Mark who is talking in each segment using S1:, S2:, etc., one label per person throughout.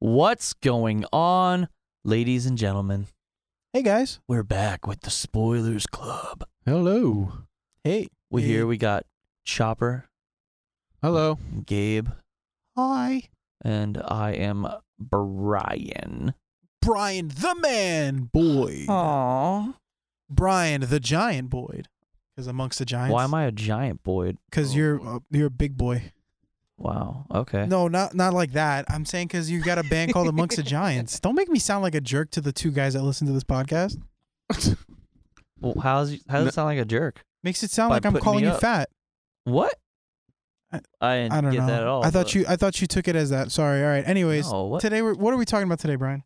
S1: What's going on, ladies and gentlemen?
S2: Hey guys.
S1: We're back with the Spoilers Club.
S3: Hello.
S2: Hey.
S1: We here we got Chopper,
S3: Hello.
S1: Gabe,
S2: Hi.
S1: and I am Brian.
S2: Brian the man Boyd.
S1: Aww.
S2: Brian the giant Boyd. Because amongst the giants.
S1: Why am I a giant Boyd?
S3: Oh.
S2: Because you're uh, you're a big boy.
S1: Wow. Okay.
S2: No, not not like that. I'm saying because you got a band called Amongst the Giants. Don't make me sound like a jerk to the two guys that listen to this podcast.
S1: Well, how's how does it sound like a jerk?
S2: Makes it sound
S1: By
S2: like I'm
S1: putting
S2: calling
S1: me
S2: you
S1: up.
S2: fat.
S1: What?
S2: I-
S1: I didn't
S2: I don't
S1: get
S2: know.
S1: that at all.
S2: I thought
S1: but-
S2: you I thought you took it as that. Sorry. All right. Anyways,
S1: No, what?
S2: today we're, what are we talking about today, Brian?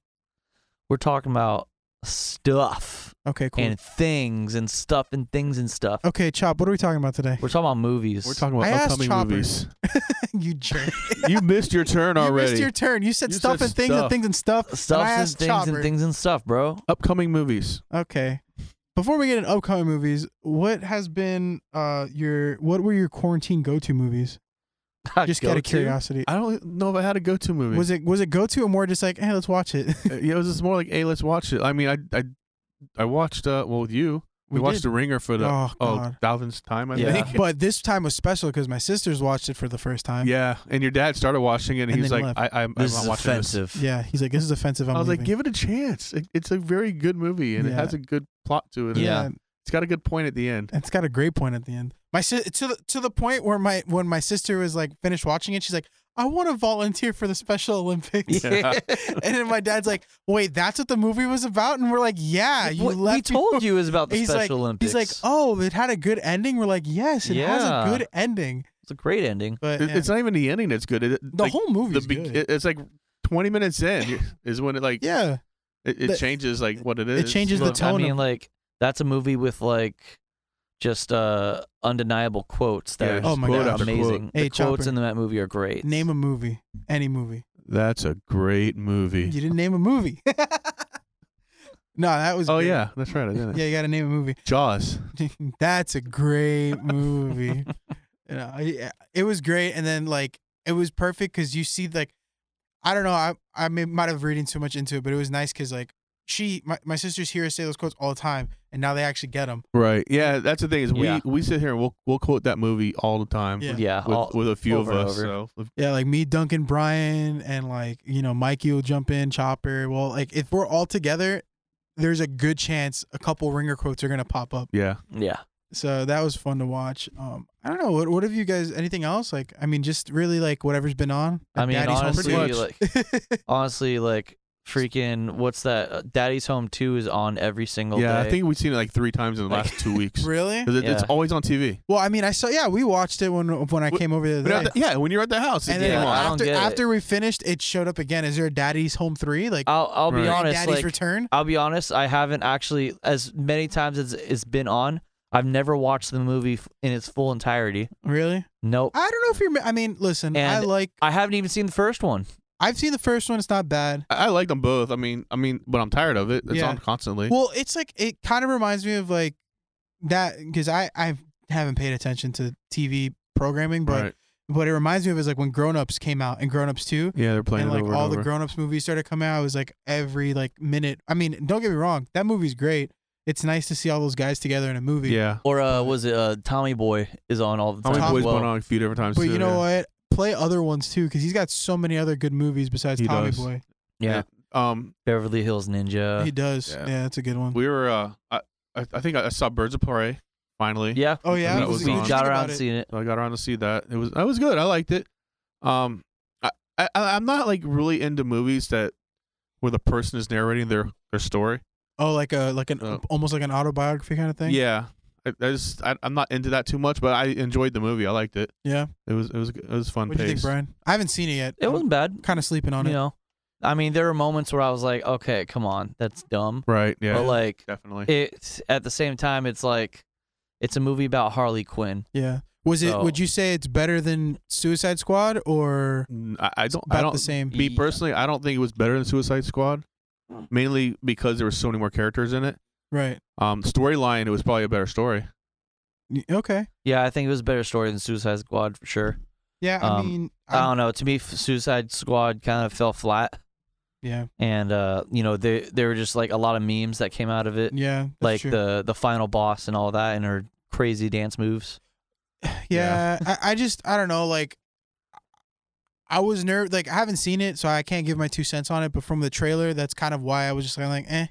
S1: We're talking about stuff
S2: Okay. Cool.
S1: and things and stuff and things and stuff.
S2: okay, Chop. What are we talking about today?
S1: We're talking about movies.
S3: We're talking about
S2: I asked
S3: upcoming
S2: Chopper.
S3: movies.
S2: you jerk.
S3: you missed your turn
S2: You
S3: already.
S2: missed your turn. You said
S3: You
S2: stuff
S3: said
S2: and things and
S3: stuff.
S2: things and stuff. and
S1: stuff
S2: I
S1: and
S2: asked
S1: things
S2: Chopper.
S1: and things and stuff, bro.
S3: upcoming movies.
S2: Okay. Before we get into upcoming movies, what has been uh your what were your quarantine go to movies? Just out
S1: Go to?
S2: of curiosity.
S3: I don't know if I had a go-to movie.
S2: Was it was it go to or more just like, hey, let's watch it?
S3: Uh, yeah, it was just more like, hey, let's watch it. I mean, I I, I watched uh well with you. We,
S2: We
S3: watched
S2: did.
S3: The Ringer for the
S2: oh
S3: oh
S2: god.
S3: thousandth time, I
S1: Yeah.
S3: think.
S2: But this time was special because my sisters watched it for the first time.
S3: yeah, and your dad started watching it, and,
S2: And
S3: he was
S2: then
S3: like,
S2: left.
S3: I, I, I'm
S1: This is
S3: not watching this.
S1: offensive.
S2: Yeah. He's like, This is offensive.
S3: I
S2: I'm
S3: was like,
S2: leaving."
S3: give it a chance. It, it's a very good movie, and it
S2: Yeah.
S3: has a good plot to it. and
S1: Yeah.
S3: it's got a good point at the end.
S2: It's got a great point at the end. My si- to the to the point where my when my sister was like finished watching it, she's like, I want to volunteer for the Special Olympics.
S1: Yeah.
S2: and then my dad's like, "Wait, that's what the movie was about?" And we're like, "Yeah, you
S1: What we
S2: left."
S1: told
S2: before-
S1: you is about the
S2: He's
S1: Special
S2: like,
S1: Olympics.
S2: He's like, "Oh, it had a good ending." We're like, "Yes, it has
S1: Yeah.
S2: a good ending."
S1: it's a great ending.
S2: But
S3: It-
S2: yeah.
S3: It's not even the ending that's good. It,
S2: the
S3: like,
S2: whole movie.
S3: the be-
S2: good.
S3: it- it's like 20 minutes in is when it like
S2: yeah,
S3: it, it
S2: the-
S3: changes like what it
S2: it
S3: is.
S2: changes the
S1: Look,
S2: tone
S1: I mean,
S2: of-
S1: like that's a movie with like just uh undeniable quotes that
S3: Yeah,
S1: are
S2: Oh
S1: just
S2: my God.
S3: quote after quote.
S1: amazing.
S2: Hey,
S1: the quotes
S2: Chopper.
S1: in that movie are great.
S2: name a movie, any movie.
S3: That's a great
S2: You
S3: movie.
S2: didn't name a movie. no, that was.
S3: Oh
S2: great.
S3: yeah, that's right. I did it.
S2: yeah. You got to name a movie.
S3: Jaws.
S2: That's a great movie. you know, I- it was great, and then like it was perfect because you see like I don't know, I I may, might have reading too much into it, but it was nice because like she my, my sisters hear us say those quotes all the time, and now they actually get them.
S3: Right. Yeah, that's the thing is we
S1: Yeah.
S3: we sit here and we'll we'll quote that movie all the time.
S2: Yeah.
S1: Yeah,
S3: With,
S1: all-
S3: with a few of
S1: over and
S3: us.
S1: over.
S3: so.
S2: Yeah, like me, Duncan, Brian, and like you know Mikey will jump in, Chopper. Well, like if we're all together, there's a good chance a couple ringer quotes are gonna pop up.
S3: Yeah.
S1: yeah.
S2: so that was fun to watch. Um, I don't know what what have you guys anything else like? I mean, just really like whatever's been on.
S1: I
S2: Like,
S1: mean,
S2: Daddy's Home
S1: honestly,
S2: Pretty
S1: like
S2: Much.
S1: honestly, like freaking what's that? Uh, Daddy's Home Two is on every single
S3: yeah,
S1: day.
S3: I think we've seen it like 3 times in the last 2 weeks.
S2: really?
S3: 'Cause it- it's
S1: Yeah.
S3: always on TV.
S2: Well, I mean, I saw. Yeah, we watched it when when I
S3: Wh-
S2: came over the
S3: But
S2: other
S3: at
S2: day.
S3: the- yeah, when you're at the house,
S2: And
S3: it
S2: then
S1: Yeah,
S3: came
S1: I
S3: on.
S1: don't
S2: after
S1: get it.
S2: after we finished, it showed up again. Is there a Daddy's Home Three? Like
S1: I'll I'll be
S3: Right.
S1: honest,
S2: Daddy's
S1: like
S2: Return?
S1: I'll be honest, I haven't actually as many times as it's been on. I've never watched the movie f- in its full entirety.
S2: Really?
S1: Nope.
S2: I don't know if you're. I mean, listen, I
S1: And-
S2: like.
S1: I haven't even seen the first one.
S2: I've seen the first one. It's not bad.
S3: I, I like them both. I mean, I mean, but I'm tired of it. It's
S2: Yeah.
S3: on constantly.
S2: Well, it's like it kind of reminds me of like that because I I haven't paid attention to TV programming, but
S3: right.
S2: what it reminds me of is like when Grown Ups came out and Grown Ups Two,
S3: Yeah, they're playing
S2: and like
S3: it over
S2: all
S3: and
S2: the
S3: over.
S2: Grown Ups movies started coming out. It was like every like minute. I mean, don't get me wrong, that movie's great. It's nice to see all those guys together in a movie.
S3: yeah.
S1: Or uh, was it uh, Tommy Boy is on all the
S3: How
S1: time.
S3: many
S2: Tom-
S3: boys
S1: as well.
S3: went on a few different times
S2: But
S3: too,
S2: you know
S3: yeah.
S2: what? Play other ones too, because he's got so many other good movies besides
S3: He
S2: Tommy
S3: does.
S2: Boy.
S1: Yeah.
S3: Um,
S1: Beverly Hills Ninja.
S2: he does.
S3: yeah.
S2: Yeah. that's a good one.
S3: we were. Uh, I, I I think I saw Birds of Prey finally.
S1: yeah.
S2: oh yeah,
S3: that
S2: it
S1: we,
S3: was
S1: we
S3: on.
S2: interesting
S1: got
S2: about
S1: around
S2: it.
S1: seeing it.
S3: So I got around to see that. It was. It was good. I liked it. Um, I, I I'm not like really into movies that where the person is narrating their their story.
S2: Oh, like a like an
S3: Oh.
S2: almost like an autobiography kind of thing.
S3: Yeah. I, I just I, I'm not into that too much, but I enjoyed the movie. I liked it.
S2: yeah.
S3: It was it was it was fun.
S2: What do you think,
S3: paced.
S2: Brian? I haven't seen it yet.
S1: It wasn't bad.
S2: kind of sleeping on
S1: You
S2: it.
S1: know, I mean, there were moments where I was like, okay, come on, that's dumb.
S3: Right. Yeah.
S1: But like,
S3: Definitely.
S1: it's at the same time, it's like, it's a movie about Harley Quinn.
S2: Yeah. Was it?
S1: So-
S2: Would you say it's better than Suicide Squad or
S3: Mm, I, I don't.
S2: about
S3: I don't.
S2: the same?
S3: Me
S1: Yeah.
S3: personally, I don't think it was better than Suicide Squad, mainly because there were so many more characters in it.
S2: Right.
S3: Um, storyline, it was probably a better story.
S2: Y- Okay.
S1: Yeah, I think it was a better story than Suicide Squad for sure.
S2: Yeah. I
S1: Um,
S2: mean,
S1: I don't know. To me, F- Suicide Squad kind of fell flat.
S3: Yeah.
S1: and uh, you know they there were just like a lot of memes that came out of it,
S3: Yeah. that's
S1: like
S3: true.
S1: the the final boss and all that, and her crazy dance moves.
S3: Yeah. I, I just I don't know, like I was nervous like I haven't seen it, so I can't give my two cents on it, but from the trailer, that's kind of why I was just kinda like, eh.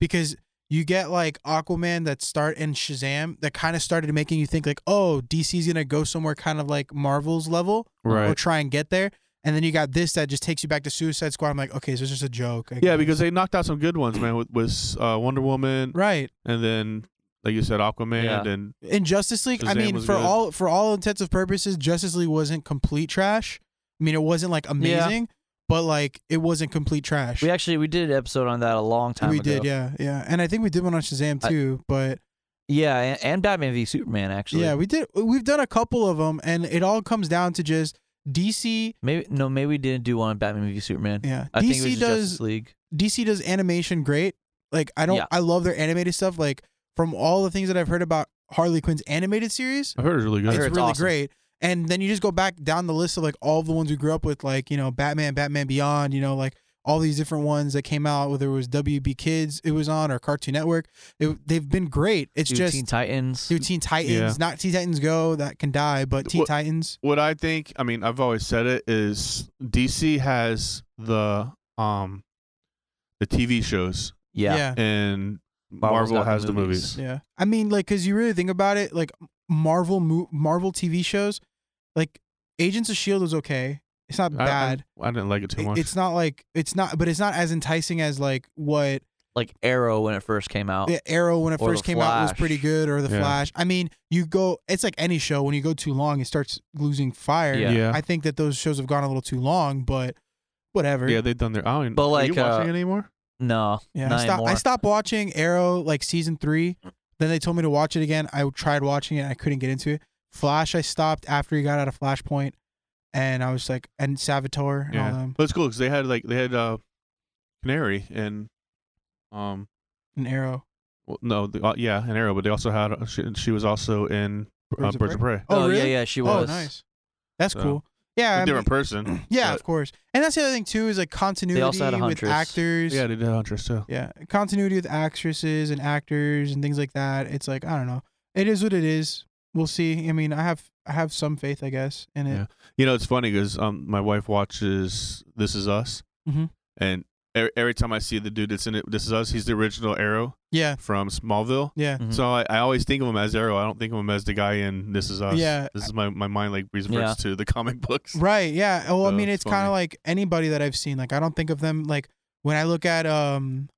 S3: Because you get like Aquaman that start and Shazam that kind of started making you think like, oh, DC's gonna go somewhere kind of like Marvel's level or
S2: Right.
S3: try and get there. And then you got this that just takes you back to Suicide Squad. I'm like, okay, so it's just a joke. I
S2: Yeah,
S3: guess.
S2: because they knocked out some good ones, man, with, with uh, Wonder Woman
S3: right.
S2: and then like you said, Aquaman
S1: Yeah.
S2: and
S3: in Justice League, I
S2: Shazam
S3: mean,
S2: was
S3: for
S2: good.
S3: all for all intents and purposes, Justice League wasn't complete trash. I mean, it wasn't like amazing, but like it wasn't complete trash.
S1: We actually we did an episode on that a long time
S3: we
S1: ago.
S3: did, yeah, yeah, and I think we did one on Shazam
S1: I-
S3: too. but
S1: yeah, and, and Batman v Superman actually.
S3: yeah, we did. We've done a couple of them, and it all comes down to just DC.
S1: maybe no, maybe we didn't do one on Batman v Superman.
S3: Yeah,
S1: I think it was
S3: DC
S1: just
S3: does
S1: Justice League.
S3: DC does animation great. Like I don't,
S1: Yeah.
S3: I love their animated stuff. Like from all the things that I've heard about Harley Quinn's animated series,
S2: I heard it was really
S1: I
S2: good.
S1: heard-
S3: it's
S1: it's
S3: really
S1: awesome.
S3: great. And then you just go back down the list of like all the ones we grew up with, like you know Batman, Batman Beyond, you know like all these different ones that came out, whether it was WB Kids it was on or Cartoon Network. It, they've been great. It's
S1: Dude,
S3: just
S1: Teen Titans.
S3: dude, Teen Titans,
S2: Yeah.
S3: not Teen Titans Go that can die, but Teen
S2: What-
S3: Titans.
S2: What I think, I mean, I've always said it is DC has the um the TV shows
S1: yeah.
S3: yeah,
S2: and
S1: Marvel's
S2: Marvel
S1: got the
S2: has the
S1: movies.
S2: movies.
S3: Yeah. I mean, like, cause you really think about it, like Marvel, mo- Marvel TV shows, like Agents of Shield was okay. It's not
S2: I- I-
S3: bad.
S2: I, didn't like it too
S3: It-
S2: much.
S3: it's not like it's not, but it's not as enticing as like what
S1: Like Arrow when it first came out.
S3: Yeah, Arrow when it
S1: Or
S3: first
S1: The
S3: came out was pretty
S1: Flash.
S3: good, or The
S2: Yeah.
S3: Flash. I mean, you go. It's like any show. When you go too long, it starts losing fire.
S1: Yeah.
S2: yeah.
S3: I think that those shows have gone a little too long, but whatever.
S2: Yeah, they've done their. I don't.
S1: But,
S2: But like,
S1: like,
S2: are you
S1: uh,
S2: watching it anymore?
S1: No,
S3: Yeah,
S1: not
S3: I stopped. I
S1: anymore.
S3: stopped watching Arrow like season three. Then they told me to watch it again. I tried watching it. I couldn't get into it. Flash, I stopped after he got out of Flashpoint, and I was like, and Savitar and all
S2: Yeah,
S3: them
S2: but it's cool because they had like they had uh, Canary and um
S3: and Arrow.
S2: well, no the, uh, yeah an Arrow, but they also had uh, she, she was also in uh,
S3: Birds
S2: Birds
S3: of
S2: of Prey,
S3: Oh, really?
S1: yeah, yeah, she
S3: Oh,
S1: was.
S3: nice. That's
S2: So,
S3: cool. Yeah, I
S2: a
S3: mean-
S2: different person.
S3: yeah,
S2: but-
S3: of course. And that's the other thing too is like continuity
S1: also had a
S3: with
S1: Huntress.
S3: actors.
S2: yeah, they did Huntress too.
S3: yeah continuity with actresses and actors and things like that it's like i don't know it is what it is we'll see i mean i have i have some faith i guess in it
S2: You know, it's funny because um, my wife watches This Is Us,
S3: Mhm.
S2: and every, every time I see the dude that's in it, This Is Us, he's the original Arrow
S3: yeah
S2: from Smallville.
S3: yeah
S1: Mhm.
S2: So I, I always think of him as Arrow. I don't think of him as the guy in This Is Us.
S3: Yeah.
S2: this is my, my mind like reverts
S1: Yeah.
S2: to the comic books.
S3: right yeah well i
S2: So
S3: mean it's
S2: it's
S3: kind of
S2: funny.
S3: like anybody that i've seen like i don't think of them like when i look at um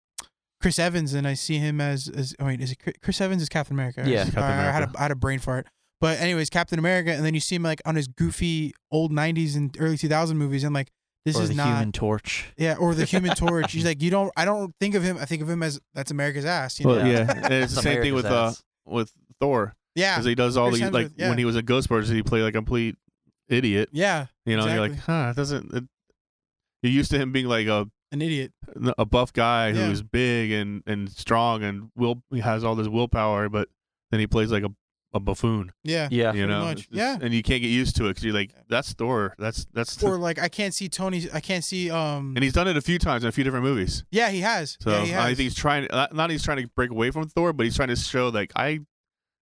S3: chris evans and i see him as as oh wait is it Chri- chris evans is captain america right?
S1: Yeah. Captain
S3: Alright, I, had a,
S2: America.
S3: I had a brain fart but anyways captain america and then you see him like on his goofy old 90s and early 2000 movies and like this
S1: or
S3: is
S1: the
S3: not
S1: Human Torch.
S3: Yeah, or the Human Torch. He's like, you don't. I don't think of him. I think of him as that's America's ass. You know?
S2: Well, yeah, and it's the
S1: That's
S2: same thing with uh
S1: America's
S2: with Thor
S3: yeah,
S2: because he does all
S3: Chris
S2: these like
S3: Hemsworth, yeah.
S2: when he was in Ghostbusters, he played like a complete idiot.
S3: yeah.
S2: You know, and you're like,
S3: Exactly.
S2: huh, it doesn't. It, you're used to him being like a
S3: An idiot.
S2: a buff guy
S3: Yeah.
S2: who's big and and strong and will he has all this willpower, but then he plays like a a buffoon.
S3: Yeah.
S1: Yeah.
S2: you know,
S3: much.
S2: It's- it's- and you can't get used to it because you're like, that's Thor. That's that's.
S3: Or like, I can't see Tony. I can't see. Um.
S2: and he's done it a few times in a few different movies.
S3: Yeah, he has.
S2: So
S3: yeah, he has.
S2: I think he's trying. Not not he's trying to break away from Thor, but he's trying to show like I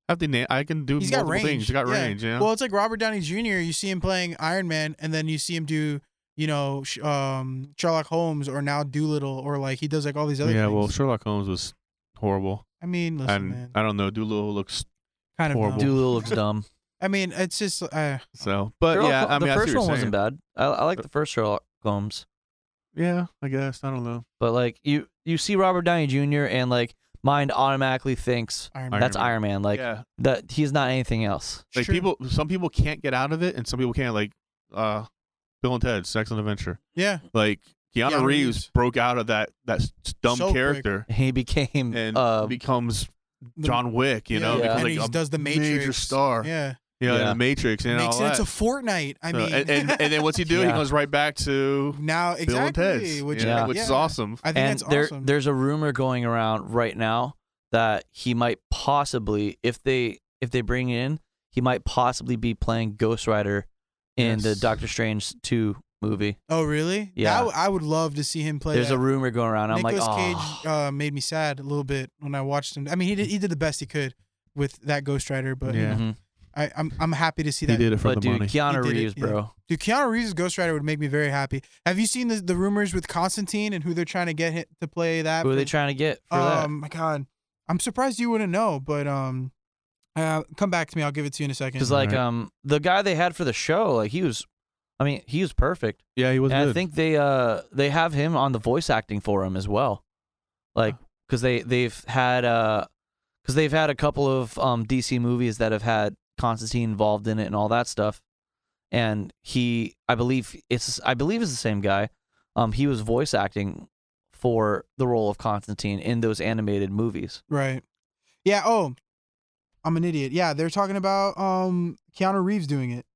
S2: have the na- I can do
S3: He's got
S2: multiple
S3: range.
S2: things. He's got
S3: Yeah.
S2: range. You know?
S3: Well, it's like Robert Downey Jr. You see him playing Iron Man, and then you see him do, you know, sh- um, Sherlock Holmes, or now Doolittle, or like he does like all these other.
S2: yeah.
S3: things.
S2: Well, Sherlock Holmes was horrible,
S3: I mean, listen,
S2: and
S3: man,
S2: I don't know. Doolittle looks
S3: kind of.
S2: horrible.
S3: dumb.
S1: Doolittle looks dumb.
S3: I mean, it's just. Uh,
S2: so, but
S1: They're all
S2: yeah.
S1: co-
S2: I mean,
S1: the
S2: I see what
S1: first
S2: you're
S1: one
S2: saying.
S1: wasn't bad. I, I like the first Sherlock Holmes,
S2: Yeah, I guess I don't know.
S1: but like you, you see Robert Downey Jr. and like mind automatically thinks
S3: Iron Man.
S2: Iron
S1: that's
S2: Man.
S1: Iron Man. Like
S2: yeah,
S1: that, he's not anything else.
S2: like
S3: Sure.
S2: people. Some people can't get out of it, and some people can't. Like, uh, Bill and Ted, Sex and Adventure.
S3: Yeah.
S2: Like Keanu,
S3: Keanu
S2: Reeves,
S3: Reeves.
S2: broke out of that that s- dumb
S3: So quick.
S2: character
S1: He became
S2: and
S1: uh,
S2: becomes
S3: The-
S2: John Wick. You
S3: yeah,
S2: know,
S1: Yeah.
S2: becomes
S3: and
S2: like
S3: he
S2: a
S3: does the Matrix.
S2: major star.
S3: Yeah.
S2: You know, in
S1: Yeah.
S2: the Matrix and
S3: makes
S2: all
S3: sense.
S2: that.
S3: It's a Fortnite. I
S2: So,
S3: mean,
S2: and, and and then what's he do? He
S1: Yeah.
S2: goes right back to
S3: now
S2: Bill
S3: exactly,
S2: and Ted's,
S3: which,
S2: you know,
S1: Yeah.
S2: which is
S3: yeah,
S2: awesome.
S3: I think
S1: and
S3: that's
S1: there,
S3: awesome.
S1: there's a rumor going around right now that he might possibly, if they if they bring it in, he might possibly be playing Ghost Rider in the
S2: Yes.
S1: Doctor Strange two movie.
S3: Oh, really?
S1: Yeah.
S3: That, I would love to see him play.
S1: There's
S3: that.
S1: a rumor going around. I'm
S3: Nicolas
S1: like,
S3: Cage
S1: oh,
S3: uh, made me sad a little bit when I watched him. I mean, he did he did the best he could with that Ghost Rider, but you
S2: Yeah.
S3: know,
S1: Mhm.
S3: I, I'm I'm happy to see
S2: He
S3: that.
S2: did it Mm-hmm. for
S1: but
S2: the
S1: dude,
S2: money.
S1: Keanu
S3: He did it,
S1: Reeves,
S3: yeah.
S1: bro.
S3: Dude, Keanu Reeves' Ghost Rider would make me very happy. Have you seen the, the rumors with Constantine and who they're trying to get hit to play that?
S1: Who are
S3: for-
S1: they trying to get for that?
S3: um, my God, I'm surprised you wouldn't know, but um, uh, come back to me. I'll give it to you in a second.
S1: Because like
S2: Right.
S1: um the guy they had for the show, like he was, I mean he was perfect.
S2: Yeah, he was
S1: And
S2: good.
S1: I think they uh they have him on the voice acting for him as well, like because they they've had uh because they've had a couple of um DC movies that have had Constantine involved in it and all that stuff, and he I believe it's I believe it's the same guy, um he was voice acting for the role of Constantine in those animated movies.
S3: Right. Yeah. Oh, I'm an idiot. Yeah, they're talking about um Keanu Reeves doing it.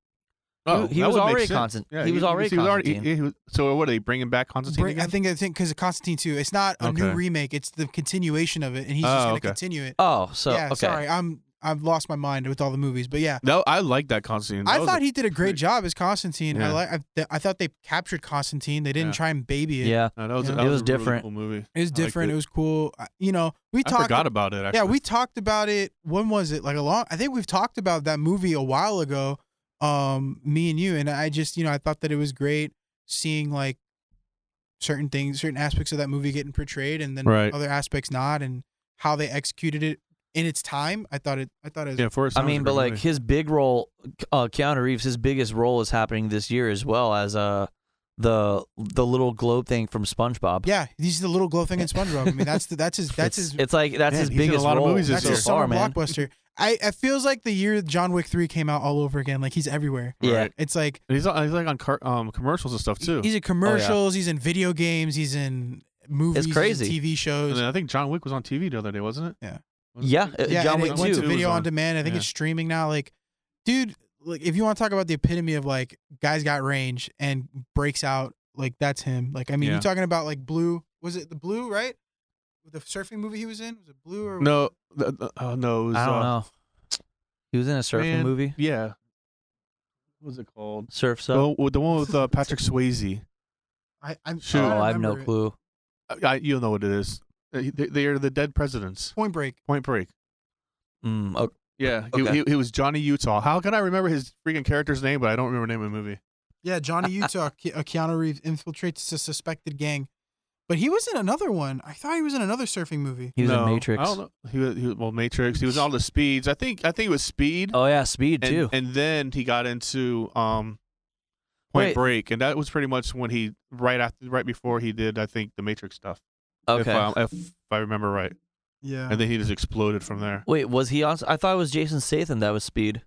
S2: oh,
S1: he
S2: that
S1: was
S2: would make
S1: already
S2: sense.
S1: Constant-
S2: Yeah,
S1: he was already
S2: he-
S1: Constantine.
S2: he was- so what? Are they bringing back Constantine?
S3: Bring- I
S2: again?
S3: think I think because of Constantine too. It's not a new
S2: Okay.
S3: remake. It's the continuation of it, and he's
S2: Oh,
S3: just gonna
S2: okay.
S3: continue it.
S1: Oh, so
S3: yeah.
S1: okay,
S3: Sorry, I'm I've lost my mind with all the movies, but yeah.
S2: No, I like that Constantine. That
S3: I
S2: was
S3: thought
S2: a-
S3: he did a great job as Constantine. I
S2: Yeah.
S3: like. I, th- I thought they captured Constantine. They didn't
S2: Yeah.
S3: try and baby it.
S1: yeah,
S2: no, that was,
S3: Yeah.
S2: that
S1: It was
S2: was a really
S1: different.
S2: cool movie.
S3: it was
S2: I liked
S3: different.
S2: it.
S3: It was cool. I- You know, we
S2: I
S3: talked.
S2: forgot about it. Actually.
S3: Yeah, we talked about it. When was it? Like a long. I think we've talked about that movie a while ago. Um, me and you, and I just you know I thought that it was great seeing like certain things, certain aspects of that movie getting portrayed, and then
S2: Right.
S3: other aspects not, and how they executed it in its time. I thought it. I thought it. Was,
S2: Yeah, first.
S1: I mean, but like his big role, uh, Keanu Reeves, his biggest role is happening this year as well as uh the the little globe thing from SpongeBob.
S3: yeah, he's the little glow thing in SpongeBob. I mean, that's the, that's his that's
S1: it's,
S3: his
S1: it's like that's
S2: Man,
S1: his
S2: he's in a
S1: biggest
S2: lot of
S1: role.
S2: movies this
S3: that's
S2: year.
S3: his
S1: so far,
S3: summer
S1: man.
S3: blockbuster. I it feels like the year John Wick three came out all over again. Like he's everywhere.
S1: Yeah,
S2: Right.
S3: It's like
S2: he's on- he's like on car, um commercials and stuff too.
S1: Oh,
S3: He's in commercials. He's in video games. He's in movies. he's in
S1: crazy.
S3: TV shows.
S2: and then I think John Wick was on TV the other day, wasn't it?
S3: Yeah.
S2: Wasn't
S1: yeah.
S2: it?
S1: uh,
S3: yeah,
S1: John
S3: and
S1: Wick
S3: it went to
S1: too.
S3: video
S2: was
S3: on
S2: on.
S3: demand. I think it's
S2: Yeah.
S3: streaming now. Like, dude, like if you want to talk about the epitome of like guys got range and breaks out, like that's him. Like I mean,
S2: Yeah.
S3: you're talking about like Blue. Was it the Blue right? The surfing movie he was in was it Blue or
S2: No, th- th- oh, no, it was,
S1: I
S2: uh,
S1: don't know. He was in a surfing
S2: man.
S1: movie,
S2: Yeah, what was it called?
S1: Surf's Up.
S2: So, the one with uh, Patrick Swayze.
S3: I I'm
S2: Shoot.
S3: I don't
S1: oh, I have no
S3: remember it.
S1: clue.
S2: I, I, you'll know what it is. Uh, They, they are the dead presidents.
S3: Point Break.
S2: Point Break.
S1: Mm, oh,
S2: Yeah,
S1: Okay.
S2: he, he, he was Johnny Utah. How can I remember his freaking character's name, but I don't remember the name of the movie?
S3: Yeah, Johnny Utah. Ke- uh, Keanu Reeves infiltrates a suspected gang, but he was in another one. I thought he was in another surfing movie.
S1: he was
S2: No,
S1: in Matrix.
S2: I don't know. He was, he was well Matrix. He was in all the speeds. I think I think it was Speed.
S1: Oh yeah, Speed
S2: and,
S1: too.
S2: and then he got into um Point
S1: Wait.
S2: Break, and that was pretty much when he right after right before he did I think the Matrix stuff.
S1: okay.
S2: If, um, if, if I remember right,
S3: Yeah.
S2: and then he just exploded from there.
S1: Wait, was he on? I thought it was Jason Statham that was Speed,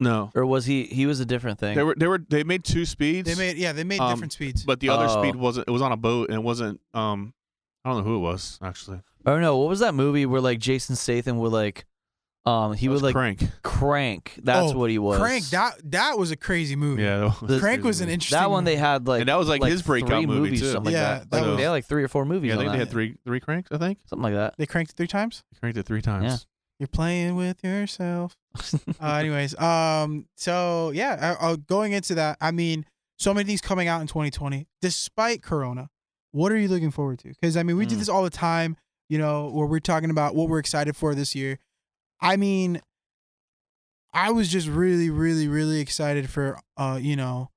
S2: No,
S1: or was he? He was a different thing.
S2: they were they were they made two speeds.
S3: They made yeah, they made
S2: Um,
S3: different speeds.
S2: but the other
S1: Oh.
S2: speed wasn't. It was on a boat, and it wasn't. Um, I don't know who it was actually.
S1: Oh no, what was that movie where like Jason Statham would like, um, he
S2: It
S1: would
S2: was
S1: like
S2: crank.
S1: crank. That's
S3: Oh,
S1: what he was.
S3: Crank that that was a crazy movie.
S2: Yeah, that was
S1: The-
S2: a
S3: Crank
S2: crazy
S3: was an
S2: movie.
S3: interesting.
S1: That one they had like
S2: and that was like, his breakout
S1: three
S2: movie
S1: movies,
S2: too.
S1: something
S3: Yeah,
S1: like that.
S3: that
S1: Like,
S2: was-
S1: they had like three or four movies.
S2: yeah, I
S1: on
S2: think they
S1: that.
S2: had three three cranks. I think
S1: something like that.
S3: they cranked it three times.
S2: they cranked it three times.
S3: You're playing with yourself. Uh, anyways, um, so yeah, uh, uh, going into that, I mean, so many things coming out in 2020, despite Corona. What are you looking forward to? Because I mean, we do
S1: Mm.
S3: this all the time, you know, where we're talking about what we're excited for this year. I mean, I was just really, really, really excited for, uh, you know,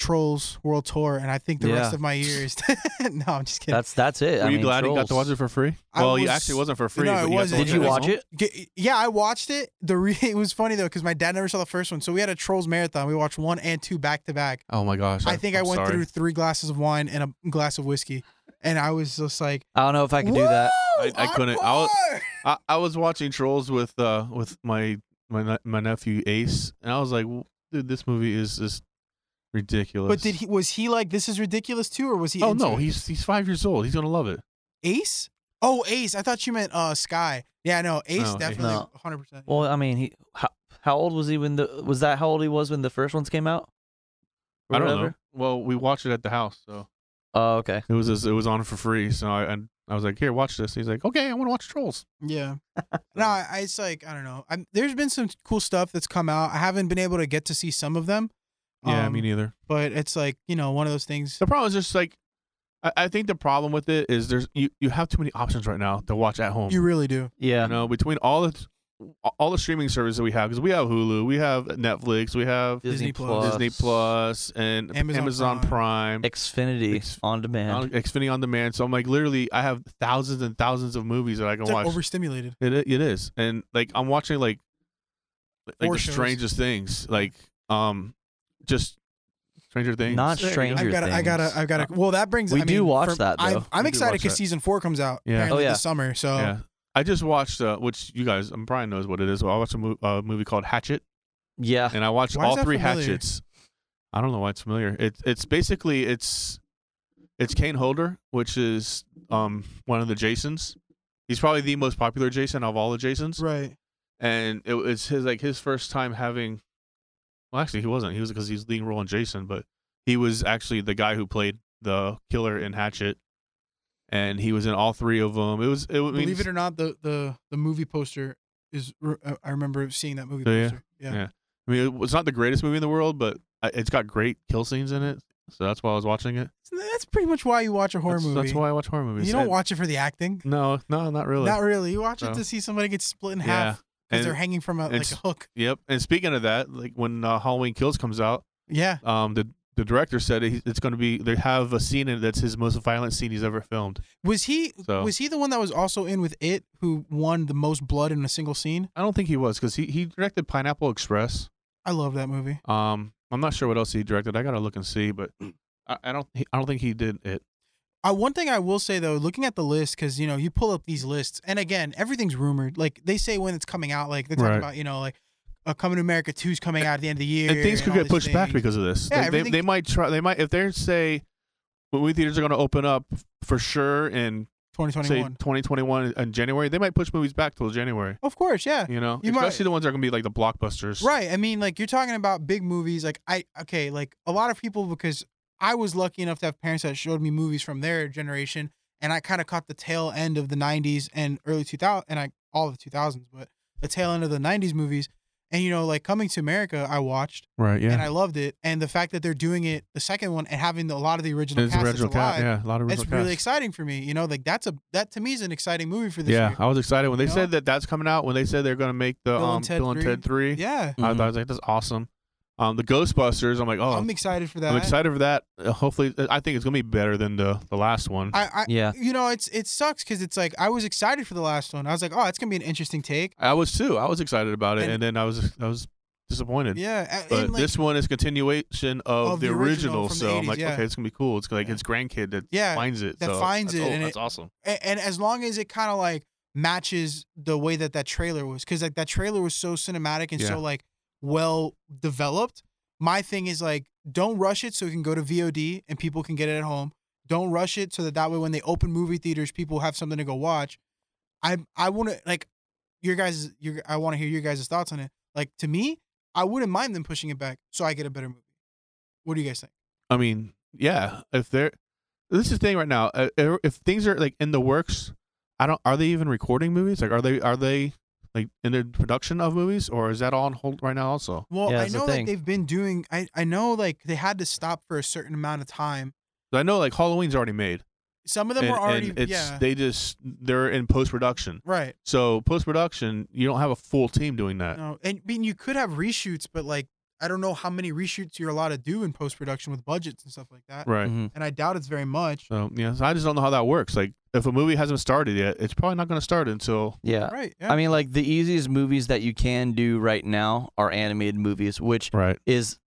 S3: Trolls World Tour, and I think the rest
S1: Yeah.
S3: of my year is. no, I'm just kidding.
S1: That's that's it. I
S2: Were you
S1: mean,
S2: glad you got to watch
S1: Trolls.
S2: it for free?
S3: I
S2: well, you
S3: was-
S2: actually it wasn't for free.
S3: No, it
S2: but you got to
S3: wasn't.
S1: Did you
S2: at
S1: watch
S2: home?
S1: it?
S3: G- Yeah, I watched it. The re- it was funny though because my dad never saw the first one, so we had a Trolls marathon. We watched one and two back to back.
S2: Oh my gosh!
S3: I think i
S2: I'm
S3: went
S2: sorry.
S3: through three glasses of wine and a glass of whiskey, and I was just like,
S1: I don't know if I could do that.
S3: "Woo,
S2: I- I couldn't- I was-
S3: encore!"
S2: I, I was watching Trolls with uh with my my ne- my nephew Ace, and I was like, "W- dude, this movie is just ridiculous.
S3: But did he? Was he like, "This is ridiculous" too, or was he?
S2: Oh
S3: into
S2: no,
S3: it?
S2: he's he's five years old. He's gonna love it.
S3: Ace. Oh, Ace. I thought you meant uh Sky. Yeah, no, Ace
S2: No, Ace.
S3: definitely,
S1: No.
S3: 100. percent
S1: Well, I mean, he how, how old was he when the was that how old he was when the first ones came out? Or
S2: I don't know.
S1: whatever?
S2: Well, we watched it at the house, so
S1: Oh, okay.
S2: it was just, it was on for free. So I, I I was like, here, watch this. He's like, okay, I want to watch Trolls.
S3: Yeah. no, I, I- it's like I don't know. I'm, there's been some cool stuff that's come out. I haven't been able to get to see some of them,
S2: Yeah,
S3: Um,
S2: me neither.
S3: But it's like you know one of those things.
S2: The problem is just like, I, I think the problem with it is there's you, you have too many options right now to watch at home.
S3: You really do.
S1: Yeah.
S2: You know, between all the all the streaming services that we have, because we have Hulu, we have Netflix, we have
S3: Disney Plus.
S2: Disney Plus, and
S3: Amazon
S2: Amazon, Prime,
S1: Xfinity
S2: Ex-
S1: on demand.
S2: on Xfinity on demand. So I'm like, literally, I have thousands and thousands of movies that I can
S3: It's like
S2: watch.
S3: overstimulated.
S2: It i- it is, and like I'm watching like like
S3: Horror
S2: the
S3: shows.
S2: strangest things, like um, just Stranger Things.
S1: Not
S2: There you go.
S1: Stranger
S3: I've got. to I got. to I got. to Well, that brings.
S1: We
S3: I
S1: do
S3: mean,
S1: watch
S3: for-
S1: that,
S3: I've-
S1: though.
S3: I'm
S2: We do
S3: excited
S2: watch
S3: because
S2: that.
S3: season four comes out.
S2: Yeah.
S3: apparently
S1: Oh, yeah.
S3: This summer. So
S2: Yeah, I just watched uh, which you guys, um, Brian knows what it is. But I watched a mo- uh, movie called Hatchet,
S1: yeah.
S2: and I watched
S3: Why is
S2: all
S3: that
S2: three
S3: familiar?
S2: Hatchets. I don't know why it's familiar. It's it's basically it's it's Kane Holder, which is um one of the Jasons. He's probably the most popular Jason of all the Jasons.
S3: right.
S2: and it was his like his first time having. Well, actually, he wasn't. He was because he was leading role in Jason, but he was actually the guy who played the killer in Hatchet, and he was in all three of them. It was. It, I mean,
S3: Believe it or not, the the the movie poster is. re- I- I remember seeing that movie
S2: Do ya?
S3: poster. Yeah.
S2: Yeah. I mean, it's not the greatest movie in the world, but I- it's got great kill scenes in it, so that's why I was watching it.
S3: That's pretty much why you watch a horror
S2: that's,
S3: movie.
S2: That's why I watch horror movies.
S3: You don't
S2: And-
S3: watch it for the acting.
S2: No, no, not really.
S3: Not really. You watch it
S2: No.
S3: to see somebody get split in
S2: yeah.
S3: half because they're
S2: And-
S3: hanging from a like
S2: it's-
S3: a hook.
S2: Yep. And speaking of that, like when uh, Halloween Kills comes out,
S3: Yeah.
S2: um, the the director said he- it's going to be they have a scene in it that's his most violent scene he's ever filmed.
S3: Was he
S2: So
S3: was he the one that was also in with it who won the most blood in a single scene?
S2: I don't think he was because he, he directed Pineapple Express.
S3: I love that movie.
S2: Um, I'm not sure what else he directed. I gotta look and see, but
S3: Hmm.
S2: I, I don't he, I don't think he did it.
S3: Uh, one thing I will say though, looking at the list, because you know you pull up these lists, and again, everything's rumored. Like they say when it's coming out, like they talk
S2: Right.
S3: about you know like uh, Coming to America two's coming out at the end of the year,
S2: and things could
S3: all
S2: get
S3: these
S2: pushed back
S3: things.
S2: because of this.
S3: Yeah,
S2: Like, they,
S3: everything-
S2: they might try. They might if they say movie theaters are going to open up for sure in say
S3: 2021.
S2: 2021 in January. They might push movies back till January.
S3: Of course, yeah.
S2: You know,
S3: You might-
S2: especially the ones that are going to be like the blockbusters.
S3: Right. I mean, like you're talking about big movies. Like I okay, like a lot of people because I was lucky enough to have parents that showed me movies from their generation, and I kind of caught the tail end of the '90s and early 2000 and I all of the 2000s, but the tail end of the '90s movies. And you know, like Coming to America, I watched
S2: Right. Yeah.
S3: and I loved it. And the fact that they're doing it, the second one, and having the, a lot of the original
S2: it's
S3: cast
S2: original
S3: that's alive,
S2: cast. Yeah. A lot of
S3: that's
S2: original
S3: really
S2: cast.
S3: exciting for me. You know, like that's a that to me is an exciting movie for this
S2: Yeah,
S3: year.
S2: I was excited when they
S3: You know?
S2: said that that's coming out. When they said they're going to make the
S3: Bill and
S2: um,
S3: Ted
S2: Bill and
S3: 3.
S2: Ted three.
S3: Yeah,
S1: Mm-hmm.
S2: I thought I was like, that's awesome. Um, the Ghostbusters, I'm like, oh,
S3: I'm
S2: I'm,
S3: excited for that.
S2: excited for that. Uh, hopefully, I think it's gonna be better than the the last one. I,
S3: I, I,
S1: yeah.
S3: you know, it's it sucks because it's like I was excited for the last one. I was like, oh, it's gonna be an interesting take.
S2: was too. I was excited about it,
S3: And-
S2: and, then I was I was disappointed.
S3: Yeah, a- and,
S2: But
S3: like,
S2: this one is continuation of,
S3: Of
S2: the,
S3: the original
S2: original,
S3: from the
S2: so I'm
S3: 80s,
S2: like,
S3: yeah.
S2: okay, it's gonna be cool. It's like
S3: Yeah.
S2: his grandkid that
S3: yeah,
S2: finds it.
S3: that
S2: so
S3: finds
S2: that's-
S3: it,
S2: oh,
S3: and
S2: that's awesome.
S3: a- and as long as it kind of like matches the way that that trailer was, because like that trailer was so cinematic and
S2: Yeah.
S3: so like well developed. My thing is like, don't rush it so it can go to VOD and people can get it at home. Don't rush it so that that way when they open movie theaters, people have something to go watch. I I want to like your guys. Your I want to hear your guys' thoughts on it. Like to me, I wouldn't mind them pushing it back so I get a better movie. What do you guys think?
S2: I mean, yeah. If they're this is the thing right now. Uh, er- If things are like in the works, I don't. Are they even recording movies? Like, are they are they like in the production of movies, or is that all on hold right now? Also,
S3: Well,
S1: Yeah,
S3: I
S1: that's the
S3: know like
S1: thing.
S3: they've been doing. I I know like they had to stop for a certain amount of time.
S2: I know like Halloween's already made.
S3: Some of them
S2: and,
S3: were already
S2: and it's
S3: yeah
S2: they just they're in post production.
S3: right.
S2: So post production, you don't have a full team doing that.
S3: No, and I mean you could have reshoots, but like I don't know how many reshoots you're allowed to do in post production with budgets and stuff like that.
S2: Right.
S1: Mhm.
S3: And I doubt it's very much.
S2: So yeah, so I just don't know how that works. Like if a movie hasn't started yet, it's probably not going to start until
S1: Yeah.
S3: Right. Yeah.
S1: I mean, like the easiest movies that you can do right now are animated movies, which
S2: right.
S1: is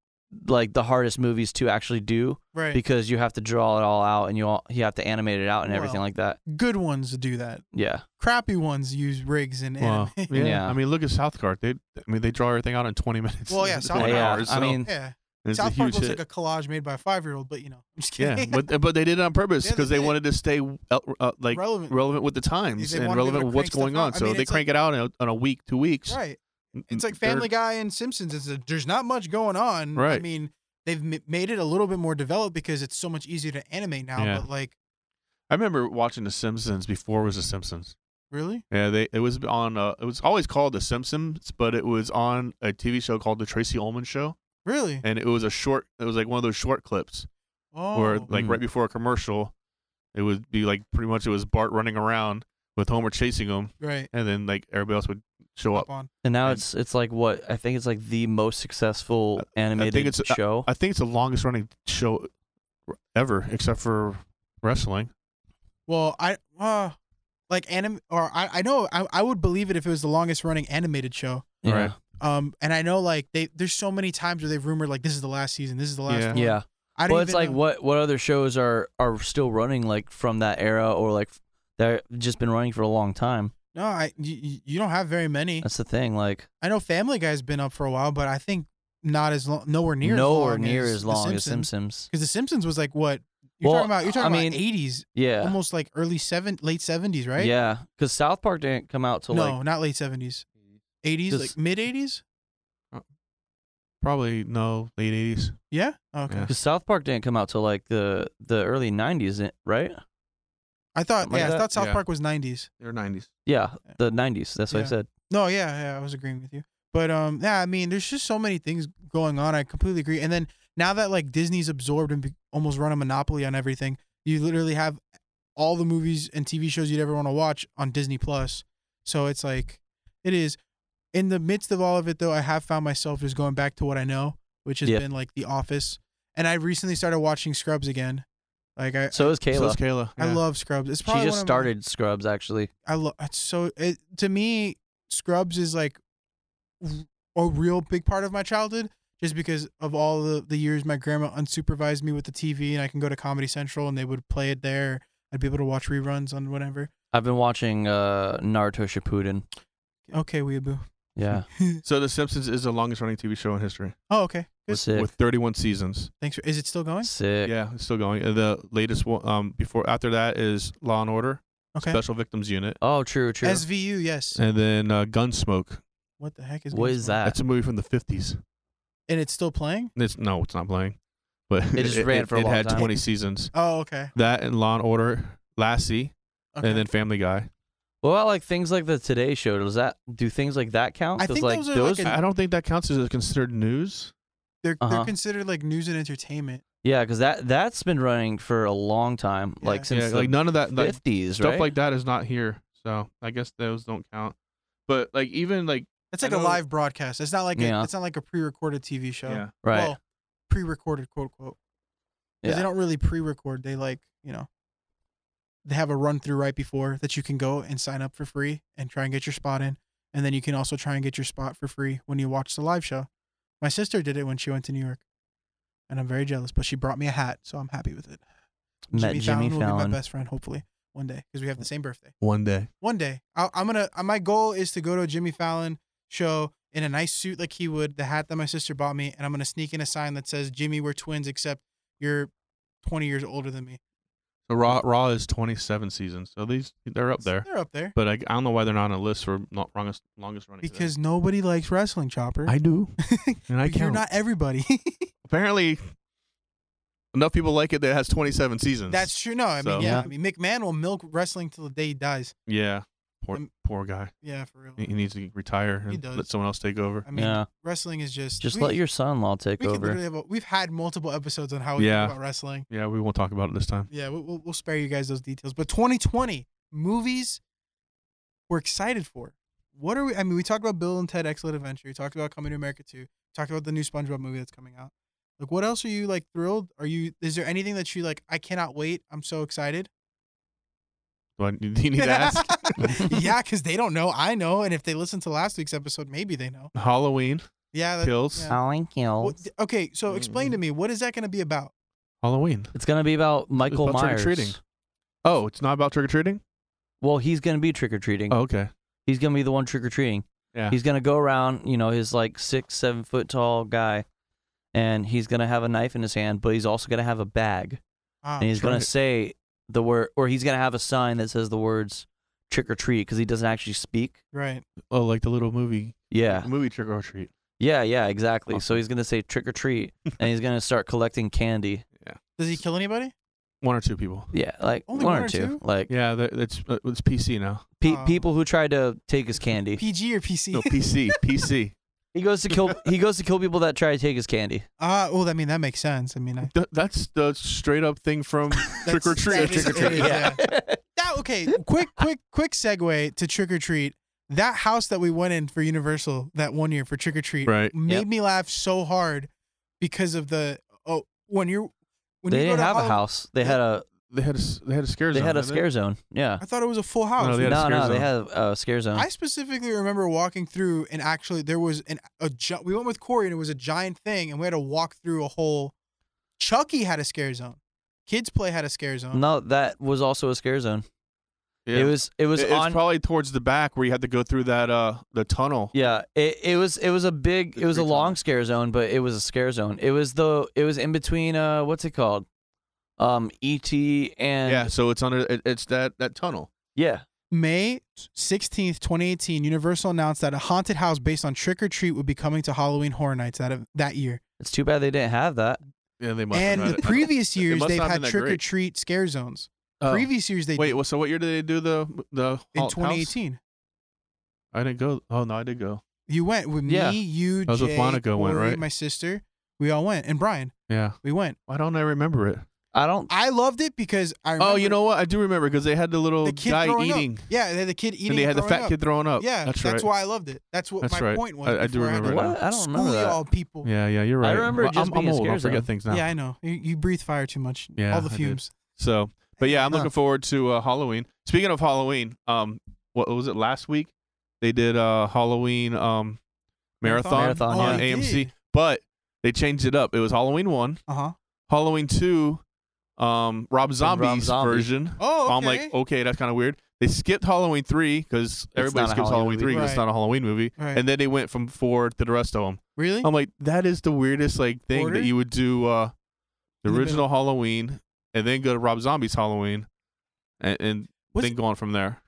S1: like the hardest movies to actually do
S3: right.
S1: because you have to draw it all out and you all, you have to animate it out and everything
S3: Well.
S1: like that.
S3: Good ones do that.
S1: Yeah.
S3: Crappy ones use rigs and
S2: Wow.
S3: anime.
S2: yeah.
S1: Yeah.
S2: I mean, look at South Park. They, I mean, they draw everything out in 20 minutes.
S3: Well, yeah,
S1: Yeah,
S3: South Park-
S2: An
S1: yeah.
S2: hour, so
S1: I mean,
S3: yeah.
S2: it's a
S3: South Park
S2: huge
S3: looks
S2: hit.
S3: like a collage made by a five year old, but you know, I'm just kidding.
S2: yeah, but but they did it on purpose
S3: Yeah, they
S2: because they,
S3: did.
S2: wanted to stay el- uh, like relevant.
S3: relevant.
S2: with the times
S3: They
S2: and
S3: wanted to be able
S2: relevant
S3: to
S2: with what's
S3: crank stuff
S2: going on.
S3: out. I
S2: so
S3: mean,
S2: they
S3: it's like-
S2: crank it out in a, on a week, two weeks.
S3: Right.
S2: N-
S3: It's like
S2: they're-
S3: Family Guy and Simpsons. It's a, there's not much going on. I
S2: Right.
S3: mean, they've m- made it a little bit more developed because it's so much easier to animate now.
S2: Yeah.
S3: But like,
S2: I remember watching The Simpsons before it was The Simpsons.
S3: really,
S2: Yeah, they it was on. Uh, it was always called The Simpsons, but it was on a TV show called The Tracy Ullman Show.
S3: Really?
S2: and it was a short. It was like one of those short clips
S3: Oh.
S2: where, like,
S1: Mm.
S2: right before a commercial, it would be like pretty much it was Bart running around with Homer chasing him,
S3: right.
S2: and then like everybody else would show up.
S3: Up on.
S1: And now
S2: And-
S1: it's it's like what I think it's like the most successful animated
S2: it's-
S1: show.
S2: I think it's the longest running show ever, except for wrestling.
S3: Well, I uh like anim or I, I know I, I would believe it if it was the longest running animated show.
S1: yeah.
S2: right.
S3: Um and I know like they there's so many times where they've rumored like this is the last season, this is the last
S2: Yeah.
S3: one.
S1: Yeah.
S3: I don't
S1: Well, it's
S3: even
S1: like
S3: know.
S1: what what other shows are are still running like from that era or like they're just been running for a long time.
S3: No, I you, you don't have very many.
S1: That's the thing. Like
S3: I know Family Guy's been up for a while, but I think not as long nowhere near
S1: nowhere
S3: as long
S1: near
S3: as,
S1: as long
S3: the
S1: as Simpsons.
S3: Cuz the Simpsons was like what you're
S1: Well,
S3: talking about you're
S1: I
S3: talking
S1: mean,
S3: about 80s,
S1: Yeah.
S3: almost like early 7 late 70s, right?
S1: Yeah. Because South Park didn't come out till
S3: no,
S1: like
S3: not late 70s. 80s,
S1: Just-
S3: like mid 80s?
S2: Probably no late eighties.
S3: Yeah? Okay.
S2: Yeah.
S1: because South Park didn't come out till like the the early '90s, i- right?
S3: I thought
S1: Something like
S3: yeah, I
S1: that?
S3: thought South
S2: Yeah.
S3: Park was 90s.
S2: They're nineties.
S1: Yeah, the '90s. That's what I
S3: Yeah.
S1: said.
S3: No, yeah, yeah, I was agreeing with you. But um, yeah, I mean, there's just so many things going on. I completely agree. And then now that like Disney's absorbed and be- almost run a monopoly on everything, you literally have all the movies and TV shows you'd ever want to watch on Disney Plus. So it's like, it is. In the midst of all of it, though, I have found myself just going back to what I know, which has
S1: Yeah.
S3: been like The Office. And I recently started watching Scrubs again. Like I,
S1: So is Kayla.
S2: So it's Kayla.
S3: I
S2: yeah.
S3: love Scrubs. It's
S1: she
S3: probably
S1: just
S3: one of my-
S1: started Scrubs actually.
S3: I love it's so it, to me Scrubs is like w- a real big part of my childhood just because of all the, the years my grandma unsupervised me with the TV and I can go to Comedy Central and they would play it there. I'd be able to watch reruns on whatever.
S1: I've been watching uh, Naruto Shippuden.
S3: Okay, Weeaboo. Hmm.
S1: Yeah,
S2: So The Simpsons is the longest running TV show in history
S3: Oh, okay. Good.
S1: sick,
S2: with 31 seasons.
S3: Thanks for is it still going?
S1: sick.
S2: Yeah, it's still going. And The latest one um before after that is Law and Order,
S3: Okay.
S2: Special Victims Unit,
S1: Oh, true, true.
S3: SVU, yes.
S2: and then uh, Gunsmoke.
S3: What the heck is
S1: what
S3: going
S1: is
S3: on?
S1: that?
S2: That's a movie from the 50s.
S3: And it's still playing?
S2: It's no, it's not playing. But
S1: It just ran for a
S2: it
S1: long
S2: had
S1: time.
S2: 20 seasons.
S3: Oh, okay.
S2: That and Law and Order, Lassie,
S3: okay.
S2: and then Family Guy.
S1: What about like things like the Today Show? Does that do things like that count?
S3: I
S1: 'Cause,
S3: think
S1: like
S3: those are like an-
S2: I don't think that counts as considered news.
S3: they're they're
S1: uh-huh.
S3: considered like news and entertainment.
S1: yeah, because that that's been running for a long time,
S3: Yeah.
S1: like since
S2: yeah,
S1: the
S2: like none of that like,
S1: fifties,
S2: stuff
S1: right?
S2: like that is not here. So I guess those don't count. But like even like
S3: That's
S2: I
S3: like a
S2: know-
S3: live broadcast. It's not like
S1: Yeah.
S3: a, it's not like a pre-recorded TV show.
S2: yeah,
S1: right.
S3: Well, pre-recorded, quote unquote. 'Cause
S1: Yeah.
S3: They don't really pre-record. They like you know, they have a run through right before that you can go and sign up for free and try and get your spot in, and then you can also try and get your spot for free when you watch the live show. My sister did it when she went to New York, and I'm very jealous. But she brought me a hat, so I'm happy with it.
S1: Met Jimmy
S3: will
S1: Fallon.
S3: be my best friend hopefully one day because we have the same birthday
S2: one day.
S3: one day I, i'm gonna uh, my goal is to go to a jimmy fallon show in a nice suit like he would the hat that my sister bought me and i'm gonna sneak in a sign that says jimmy we're twins except you're 20 years older than me
S2: So Raw Raw is 27 seasons. So these they're up there.
S3: they're up there
S2: But like, I don't know why they're not on a list for not longest longest running. today.
S3: because nobody likes wrestling chopper
S2: I do, and I
S3: But you're
S2: count.
S3: not everybody
S2: Apparently, enough people like it that it has 27 seasons.
S3: that's true no i mean
S2: So-
S3: yeah.
S1: Yeah.
S3: i mean mcmahon will milk wrestling till the day he dies
S2: yeah. Poor
S3: Um,
S2: poor guy.
S3: yeah for real
S2: He he needs to retire
S3: He
S2: and
S3: does.
S2: let someone else take over.
S3: i mean
S1: yeah,
S3: wrestling is just
S1: just
S3: we-
S1: let your son-in-law take
S3: we could
S1: over.
S3: literally have a, we've had multiple episodes on how we
S2: Yeah.
S3: talk about wrestling
S2: Yeah, we won't talk about it this time.
S3: Yeah, we'll, we'll, we'll spare you guys those details. But 2020 movies, we're excited for. What are we? I mean, we talked about Bill and Ted Excellent Adventure. We talked about Coming to America 2. Talked about the new SpongeBob movie that's coming out. Like, what else are you like thrilled? Are you? Is there anything that you like? I cannot wait. I'm so excited.
S2: Do, I, do you need to ask?
S3: yeah, because they don't know. I know, and if they listen to last week's episode, maybe they know.
S2: Halloween
S3: Yeah. That,
S2: kills.
S3: yeah.
S1: Howling
S3: What-
S1: Hills.
S3: okay, so explain to
S2: Mm-hmm.
S3: me what is that going to be about?
S2: Halloween.
S1: It's gonna be about Michael
S2: about
S1: Myers.
S2: trick-or-treating. Oh, it's not about trick or treating.
S1: Well, he's gonna be trick or treating.
S2: Oh, okay.
S1: He's gonna be the one trick or treating.
S2: Yeah.
S1: He's gonna go around, you know, his like six, seven foot tall guy, and he's gonna have a knife in his hand, but he's also gonna have a bag,
S3: Ah,
S1: and he's gonna
S2: right.
S1: say the word, or he's gonna have a sign that says the words "trick or treat" because he doesn't actually speak.
S3: right.
S2: Oh, like the little movie.
S1: Yeah,
S2: Movie trick or treat.
S1: yeah, yeah, exactly. So
S2: Awesome.
S1: he's gonna say "trick or treat," and he's gonna start collecting candy.
S3: Does he kill anybody?
S2: One or two people.
S1: Yeah, like
S3: Only
S1: one, or two, like
S2: Yeah, that, that's uh, it's PC now.
S1: pe-
S3: Oh.
S1: people who tried to take his candy.
S3: PG or PC?
S2: No, PC, PC.
S1: He goes to kill. he goes to kill people that try to take his candy.
S3: Ah, well, I mean that makes sense. I mean, I,
S2: Th- that's the straight up thing from Trick or
S3: that's-
S2: Treat.
S3: that is-
S2: Trick or
S3: it is, yeah. That okay? Quick, quick, quick segue to Trick or Treat. That house that we went in for Universal that one year for Trick or Treat
S2: Right.
S3: made
S1: Yep.
S3: me laugh so hard because of the oh when you're when
S1: they
S3: you go
S1: didn't
S3: to
S1: have a
S3: Halloween-
S1: house. They had a
S2: They had a s- they had a scare.
S1: they
S2: zone,
S1: had a
S2: didn't
S1: scare zone. Yeah.
S3: I thought it was a full house.
S2: No, they had a
S1: No,
S2: scare
S1: no, they
S2: zone.
S1: had a scare zone.
S3: I specifically remember walking through and actually there was an a gi- we went with Corey and it was a giant thing and we had to walk through a whole. Chucky had a scare zone. Kids play had a scare zone.
S1: no, that was also a scare zone.
S2: Yeah.
S1: It was. It was
S2: It- it's
S1: on.
S2: probably towards the back where you had to go through that uh the tunnel.
S1: yeah. It, it was. It was a big.
S2: It's
S1: It was a
S2: pretty
S1: long
S2: tall.
S1: scare zone, but it was a scare zone. It was the. It was in between. Uh, what's it called? Um, ET and
S2: yeah. So it's under it, it's that that tunnel.
S1: yeah.
S3: May 16th, 2018, Universal announced that a haunted house based on Trick or Treat would be coming to Halloween Horror Nights that, of, that year.
S1: It's too bad they didn't have that.
S2: Yeah, they must. have
S3: and
S2: had
S3: the
S2: it.
S3: previous
S2: It
S3: years,
S2: must
S3: they've
S2: not have
S3: had
S2: been that
S3: Trick or
S2: great.
S3: Treat scare zones.
S2: Oh.
S3: Previous years, they
S2: Wait,
S3: did
S2: well, so what year did they do the the
S3: in
S2: haunt house?
S3: 2018.
S2: I didn't go. Oh no, I did go.
S3: You went with
S1: Yeah.
S3: me, you,
S2: That was with
S3: Jay,
S2: Monica went,
S3: Corey,
S2: right?
S3: my sister. We all went, and Brian.
S2: Yeah.
S3: We went.
S2: Why don't I remember it?
S1: I don't.
S3: I loved it because I. Remember
S2: Oh, you know what? I do remember because they had the little
S3: the kid
S2: guy
S3: throwing
S2: eating,
S3: Up. Yeah, they had the kid eating.
S2: and they had the
S3: throwing
S2: fat
S3: up.
S2: kid throwing up.
S3: Yeah,
S2: that's, right.
S3: why I loved it. That's what
S2: That's
S3: my
S2: right.
S3: point was.
S2: I- I do
S3: before
S2: remember
S3: had to
S2: now.
S1: What? I don't remember
S3: School
S1: that.
S3: y'all people.
S2: Yeah, yeah, you're
S1: I
S2: right.
S1: remember it
S2: Well,
S1: just
S2: I'm, I'm
S1: being a
S2: old.
S1: scare
S2: I forget
S1: zone.
S2: things now.
S3: Yeah, I know. You, you breathe fire too much.
S2: Yeah,
S3: all the
S2: I did.
S3: fumes.
S2: So, but yeah, I'm
S3: Huh.
S2: looking forward to uh, Halloween. Speaking of Halloween, um, what was it last week? They did a Halloween um marathon,
S3: Oh,
S1: Marathon,
S2: on
S1: yeah.
S2: AMC, but they changed it up. It was Halloween one,
S3: Uh
S1: Uh-huh.
S3: huh.
S2: Halloween two, um, Rob Zombie's
S1: Zombie.
S2: version.
S3: Oh, okay.
S2: I'm like, okay, that's kind of weird. They skipped Halloween three because everybody
S1: not a
S2: skips
S1: Halloween
S2: Halloween
S1: movie.
S2: three because it's
S3: Right.
S2: not a Halloween movie,
S3: Right.
S2: and then they went from four to the rest of them.
S3: really?
S2: I'm like, that is the weirdest like thing
S3: Order?
S2: that you would do uh the
S3: In the
S2: original Halloween and then go to Rob Zombie's Halloween and, and
S3: What's-
S2: then go on from there.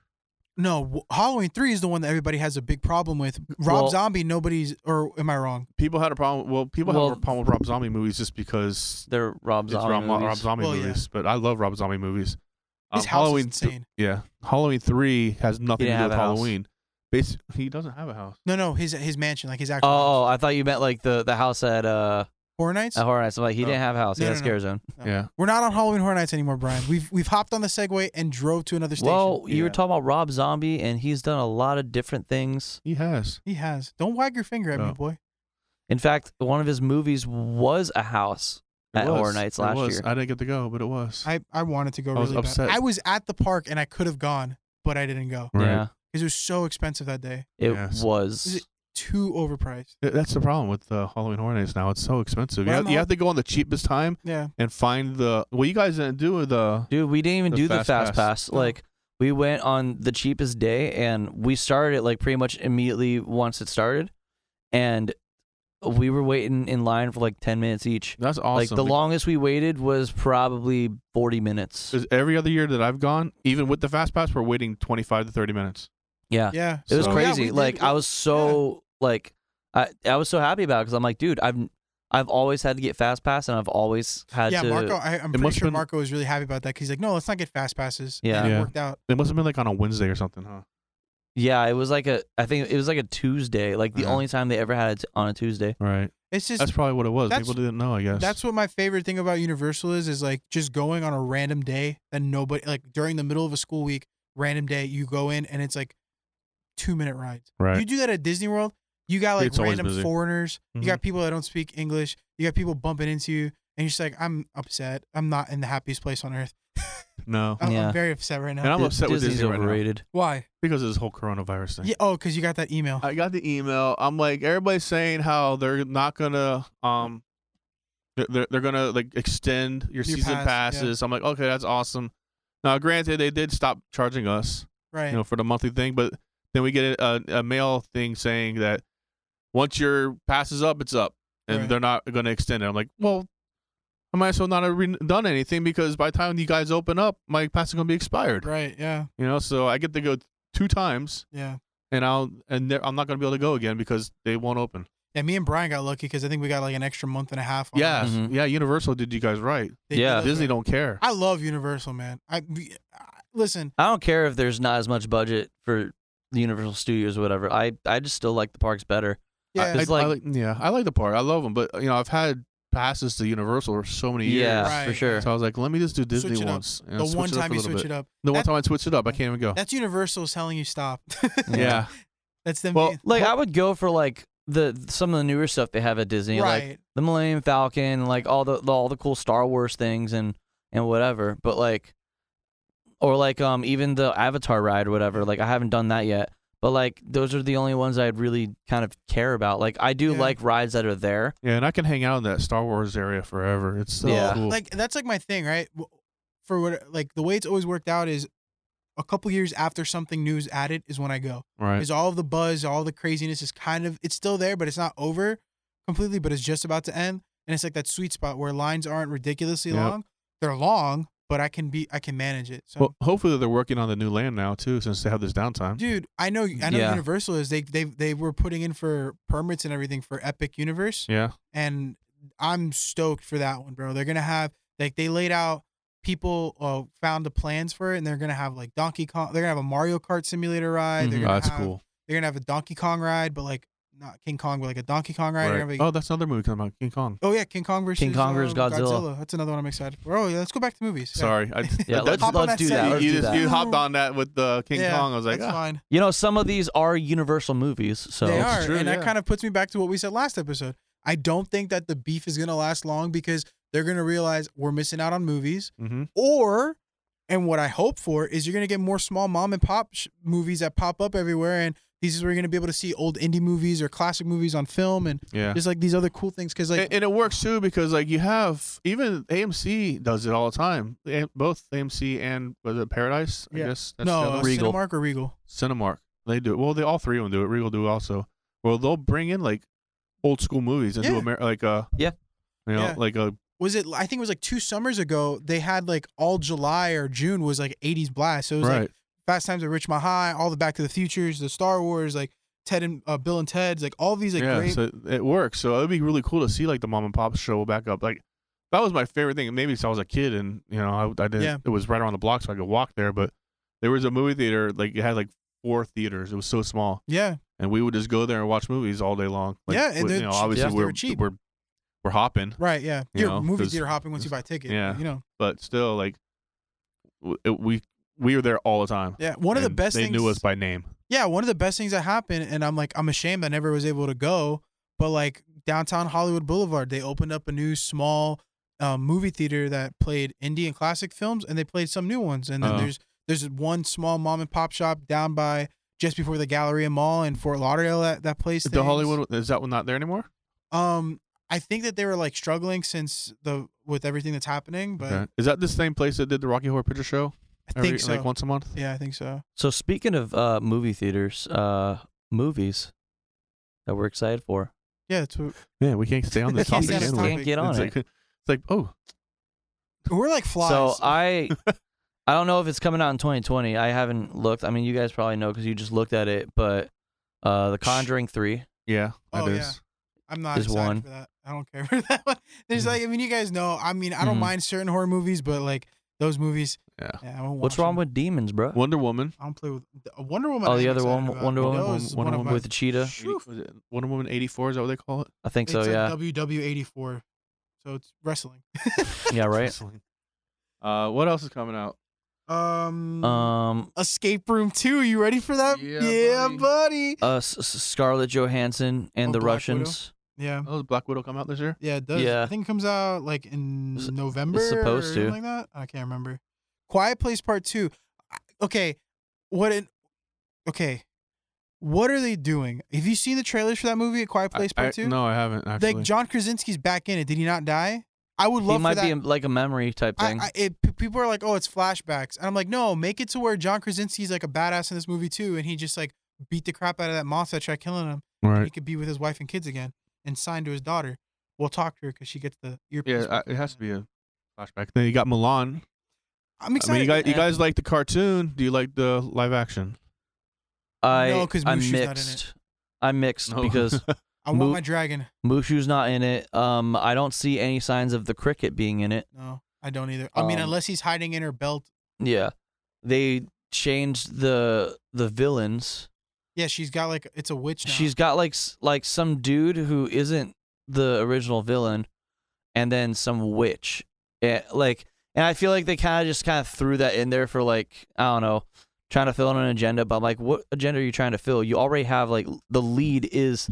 S3: no, w- Halloween three is the one that everybody has a big problem with. Rob
S1: Well-
S3: Zombie, nobody's or am I wrong?
S2: People had a problem well, people
S1: Well-
S2: have a problem with Rob Zombie movies just because
S1: They're Rob
S2: it's
S1: Zombie.
S2: Rob,
S1: movies.
S2: Rob Zombie
S3: Well, yeah.
S2: movies. But I love Rob Zombie movies. Um,
S3: His house
S2: Halloween
S3: is
S2: th-
S3: insane.
S2: yeah. Halloween three has nothing to
S1: didn't
S2: do with
S1: have a house.
S2: Halloween. Basi- he doesn't have a house.
S3: no, no, his his mansion, like his actual house.
S1: Oh, I thought you meant like the the house at uh
S3: Horror Nights.
S1: at Horror Nights. I'm like, he
S2: No.
S1: didn't have a house. he
S3: No,
S1: had a
S3: no, no.
S1: scare zone.
S3: No.
S2: Yeah.
S3: We're not on Halloween Horror Nights anymore, Brian. We've we've hopped on the Segway and drove to another station.
S1: Well, you were
S2: Yeah.
S1: talking about Rob Zombie, and he's done a lot of different things.
S2: He has.
S3: he has. Don't wag your finger at me,
S2: Oh.
S3: boy.
S1: In fact, one of his movies was a house
S2: It
S1: at
S2: was.
S1: Horror Nights
S2: It
S1: last
S2: was.
S1: year.
S2: I didn't get to go, but it was.
S3: I, I wanted to go
S2: I was
S3: really bad.
S2: upset.
S3: I was at the park and I could have gone, but I didn't go
S2: Right.
S1: Yeah,
S3: because it was so expensive that day.
S1: it
S2: Yes.
S1: was.
S3: Is it- Too overpriced.
S2: Th- That's the problem with uh, Halloween Horror Nights now. It's so expensive. You
S3: Well,
S2: have,
S3: I'm
S2: you have to go on the cheapest time
S3: Yeah.
S2: and find the. Well, you guys didn't do the.
S1: Dude, we didn't even
S2: The
S1: do the
S2: fast
S1: fast
S2: pass.
S1: pass.
S2: Oh.
S1: Like we went on the cheapest day, and we started it like pretty much immediately once it started, and we were waiting in line for like ten minutes each.
S2: That's awesome.
S1: Like the longest we waited was probably forty minutes.
S2: Because every other year that I've gone, even with the fast pass, we're waiting twenty five to thirty minutes.
S1: Yeah,
S3: Yeah.
S1: It was
S2: So-
S3: Yeah,
S1: crazy.
S3: we did-
S1: like I was so like I I was so happy about it because I'm like, dude, I've I've always had to get fast pass and I've always had
S3: yeah,
S1: to.
S3: Marco. I, I'm pretty
S2: must've
S3: sure
S2: been-
S3: Marco was really happy about that because he's like, no, let's not get fast passes.
S1: Yeah.
S3: and it
S2: Yeah.
S3: worked out.
S2: It must have been like on a Wednesday or something, huh?
S1: Yeah, it was like a I think it was like a Tuesday. Like the
S2: Uh-huh.
S1: only time they ever had it t- on a Tuesday.
S2: Right.
S3: It's just
S2: That's probably what it was.
S3: That's-
S2: People didn't know, I guess.
S3: that's what my favorite thing about Universal is is like just going on a random day that nobody like during the middle of a school week, random day you go in and it's like two minute rides.
S2: right.
S3: You do that at Disney World, you got like
S2: It's always
S3: random
S2: busy.
S3: foreigners,
S2: Mhm.
S3: you got people that don't speak English, you got people bumping into you, and you're just like, I'm upset. I'm not in the happiest place on earth.
S2: no.
S3: I'm, I'm
S1: Yeah.
S3: very upset right now.
S2: And I'm
S1: Di-
S2: upset with
S1: Disney's
S2: Disney right now.
S1: overrated.
S3: Why?
S2: because of this whole coronavirus thing.
S3: Yeah. Oh, because you got that email.
S2: I got the email. I'm like, everybody's saying how they're not gonna um, they're- they're they're gonna like extend
S3: Your
S2: your, season
S3: pass, yeah.
S2: passes. I'm like, okay, that's awesome. Now, granted, they did stop charging us.
S3: right.
S2: you know, for the monthly thing. But then we get a, a mail thing saying that once your pass is up, it's up, and
S3: Right.
S2: they're not going to extend it. I'm like, well, I might as well not have re- done anything because by the time you guys open up, my pass is going to be expired.
S3: Right. Yeah.
S2: You know, so I get to go two times,
S3: Yeah.
S2: and I'll and ne- I'm not going to be able to go again because they won't open.
S3: Yeah. Me and Brian got lucky because I think we got like an extra month and a half. on
S2: Yeah,
S3: us.
S1: Mhm.
S2: yeah. Universal did you guys right.
S3: They did
S1: Yeah.
S3: us
S2: Disney
S3: right.
S2: don't care.
S3: I love Universal, man. I, we- I- listen.
S1: I don't care if there's not as much budget for the Universal Studios or whatever. I I just still like the parks better.
S2: I-
S3: Yeah.
S2: I,
S1: It's
S2: I
S1: like-
S2: like, yeah, I like the park. I love them, but you know, I've had passes to Universal for so many years.
S1: yeah,
S3: Right.
S1: for sure.
S2: So I was like, let me just do Disney
S3: Switch it up.
S2: once. and
S3: the
S2: switch
S3: one
S2: it up
S3: time
S2: a
S3: you
S2: little
S3: switch
S2: bit.
S3: it up.
S2: The one
S3: That-
S2: time I switched it up, I can't even go.
S3: That's Universal telling you stop.
S2: Yeah,
S3: That's them.
S2: Mm. Well,
S3: being-
S1: Like I would go for like the some of the newer stuff they have at Disney, like
S3: right.
S1: the Millennium Falcon, like all the, the all the cool Star Wars things and and whatever. But like, or like um even the Avatar ride or whatever. Like I haven't done that yet. But like those are the only ones I'd really kind of care about. Like I do
S3: Yeah.
S1: like rides that are there.
S2: yeah, and I can hang out in that Star Wars area forever. It's so
S1: Yeah.
S2: cool.
S3: like that's like my thing, right? W- For what like the way it's always worked out is a couple years after something new is added is when I go.
S2: right?
S3: Because all of the buzz, all the craziness is kind of it's still there, but it's not over completely, but it's just about to end. And it's like that sweet spot where lines aren't ridiculously
S2: Yep.
S3: long. They're long, but I can be I can manage it. So
S2: Well, hopefully they're working on the new land now too, since they have this downtime.
S3: dude, I know I know
S1: Yeah.
S3: Universal is they they they were putting in for permits and everything for Epic Universe.
S2: Yeah,
S3: and I'm stoked for that one, bro. They're gonna have like they laid out people uh, found the plans for it, and they're gonna have like Donkey Kong. They're gonna have a Mario Kart simulator ride. They're
S1: Mhm.
S3: gonna
S2: Oh, that's
S3: have,
S2: cool.
S3: They're gonna have a Donkey Kong ride, but like not King Kong, but like a Donkey Kong ride. They're
S2: Right.
S3: gonna have a-
S2: Oh, that's another movie coming out, King Kong.
S3: oh. yeah, King Kong versus
S1: King Kong versus
S3: um,
S1: Godzilla.
S3: That's another one I'm excited for. Oh yeah, let's go back to movies. Yeah.
S2: Sorry, I,
S1: Yeah,
S2: that-
S1: let's,
S3: Hop on
S1: let's
S3: that
S1: do
S3: set.
S1: that.
S2: you,
S1: Let's
S2: you
S1: do
S2: just
S1: that.
S2: you hopped on that with the King
S3: Yeah,
S2: Kong. I was like,
S3: that's
S2: ah.
S3: fine.
S1: You know, some of these are Universal movies, so
S3: they
S2: It's
S3: are,
S2: true,
S3: and that
S2: yeah.
S3: kind of puts me back to what we said last episode. I don't think that the beef is gonna last long because they're gonna realize we're missing out on movies.
S2: Mhm.
S3: or and what I hope for is you're gonna get more small mom and pop sh- movies that pop up everywhere, and these is where you're gonna be able to see old indie movies or classic movies on film, and
S2: Yeah.
S3: just like these other cool things. Because like,
S2: and, and it works too because like you have even AMC does it all the time. A- Both AMC and was it Paradise? I
S3: Yeah.
S2: guess
S3: no,
S2: the other
S3: uh,
S2: one.
S1: Regal.
S3: Cinemark or Regal.
S2: Cinemark. They do it. Well, they all three of them do it. Regal do also. Well, they'll bring in like old school movies and do
S3: Yeah.
S2: Amer- like a
S1: Yeah.
S2: you know,
S3: Yeah.
S2: like uh, a
S3: Was it? I think it was like two summers ago. They had like all July or June was like 80s blast. So it was
S2: right.
S3: like Fast Times at Richmond High, all the Back to the Futures, the Star Wars, like Ted and uh, Bill and Ted's, like all these like
S2: yeah,
S3: great.
S2: so it works. So it'd be really cool to see like the mom and pop show back up. Like that was my favorite thing. Maybe since I was a kid and you know I, I didn't.
S3: Yeah.
S2: It was right around the block, so I could walk there. But there was a movie theater. Like it had like four theaters. It was so small,
S3: yeah,
S2: and we would just go there and watch movies all day long. Like,
S3: Yeah, and
S2: we-
S3: they're
S2: you know,
S3: cheap.
S2: obviously
S1: Yeah.
S3: They were
S2: we're,
S3: cheap.
S2: we're we're hopping,
S3: right. Yeah,
S2: You
S3: your
S2: know,
S3: movie
S2: 'cause-
S3: theater hopping once you buy a ticket.
S2: yeah.
S3: you know.
S2: but still like w- it, we we were there all the time.
S3: Yeah, one of the
S2: And
S3: best
S2: They
S3: things
S2: knew us by name.
S3: yeah, one of the best things that happened, and I'm like, I'm ashamed I never was able to go, but like downtown Hollywood Boulevard, they opened up a new small um, movie theater that played indie and classic films, and they played some new ones. And then
S2: Uh-huh.
S3: there's there's one small mom and pop shop down by just before the Galleria Mall in Fort Lauderdale that that place.
S2: The Hollywood is that one not there anymore?
S3: Um, I think that they were like struggling since the with everything that's happening, but
S2: Okay. Is that the same place that did the Rocky Horror Picture Show?
S3: I think
S2: Every-
S3: so.
S2: Like once a month.
S3: yeah, I think so.
S1: So speaking of uh, movie theaters, uh, movies that we're excited for.
S3: Yeah, that's what,
S2: Yeah, we can't stay on this
S3: Can't
S2: topic.
S3: stay on this
S2: can we?
S3: topic.
S1: can't get on
S2: it's
S1: it.
S2: like it's like oh
S3: we're like flies.
S1: So I, I don't know if it's coming out in 2020. I haven't looked. I mean, you guys probably know because you just looked at it. But uh, The Conjuring Three.
S2: yeah, that
S3: Oh,
S2: is.
S3: yeah. I'm not
S1: There's
S3: excited
S1: one. Mm-hmm.
S3: for that. I don't care for that one. There's
S2: Mhm.
S3: like, I mean, you guys know. I mean, I don't
S1: Mhm.
S3: mind certain horror movies, but like those movies,
S2: Yeah.
S3: yeah I won't
S1: What's
S3: watch
S1: wrong
S3: them.
S1: with demons, bro?
S2: Wonder Woman.
S3: I don't play with uh, Wonder Woman.
S1: Oh,
S3: I
S1: the
S3: am
S1: other
S3: excited
S1: one,
S3: about.
S1: Wonder Woman,
S3: That was
S2: Wonder
S3: one of
S2: Woman
S3: my-
S1: with the cheetah.
S3: Shoo.
S2: Was it Wonder Woman eighty four is that what they call it?
S1: I think so.
S3: it's
S1: yeah.
S3: like WW84, so it's wrestling.
S1: yeah. Right.
S2: Wrestling. Uh, what else is coming out?
S3: Um,
S1: Um.
S3: Escape Room 2. You ready for that?
S2: Yeah, buddy.
S3: buddy.
S1: Uh. S- S- Scarlett Johansson and
S3: Oh,
S1: the
S3: Black Widow?
S1: Russians.
S3: Yeah,
S2: Oh, does Black Widow come out this year?
S3: yeah, it does.
S1: Yeah.
S3: I think it comes out like in
S1: It's-
S3: November.
S1: supposed
S3: or
S1: to.
S3: something like that. I can't remember. Quiet Place Part Two. I- Okay, what in? Okay, what are they doing? Have you seen the trailers for that movie, A Quiet
S2: I-
S3: Place
S2: I-
S3: Part Two?
S2: No, I haven't actually.
S3: like John Krasinski's back in it. Did he not die? I would love
S1: He might
S3: for that.
S1: be in, like a memory type
S3: I,
S1: thing.
S3: I, it, p- people are like, oh, it's flashbacks, and I'm like, no, make it to where John Krasinski's like a badass in this movie too, and he just like beat the crap out of that monster that tried killing him.
S2: right.
S3: He could be with his wife and kids again, and sign to his daughter. We'll talk to her because she gets the earpiece.
S2: Yeah, I,
S3: back.
S2: it has to be a flashback. Then you got Milan.
S3: I'm
S2: I mean,
S3: excited.
S2: you guys, you
S1: and-
S2: guys like the cartoon. Do you like the live action?
S1: I,
S3: No, 'cause
S1: I'm
S3: Mushu's not in it.
S1: mixed. I'm mixed
S2: No.
S1: because
S3: I want
S1: Mo-
S3: my dragon.
S1: Mushu's not in it. Um. I don't see any signs of the cricket being in it.
S3: No, I don't either. I mean,
S1: Um,
S3: unless he's hiding in her belt.
S1: Yeah. They changed the the villains
S3: Yeah, she's got like it's a witch now.
S1: She's got like s- like some dude who isn't the original villain, and then some witch. Yeah, like, and I feel like they kind of just kind of threw that in there for like I don't know, trying to fill in an agenda. But I'm like, what agenda are you trying to fill? You already have like l- the lead is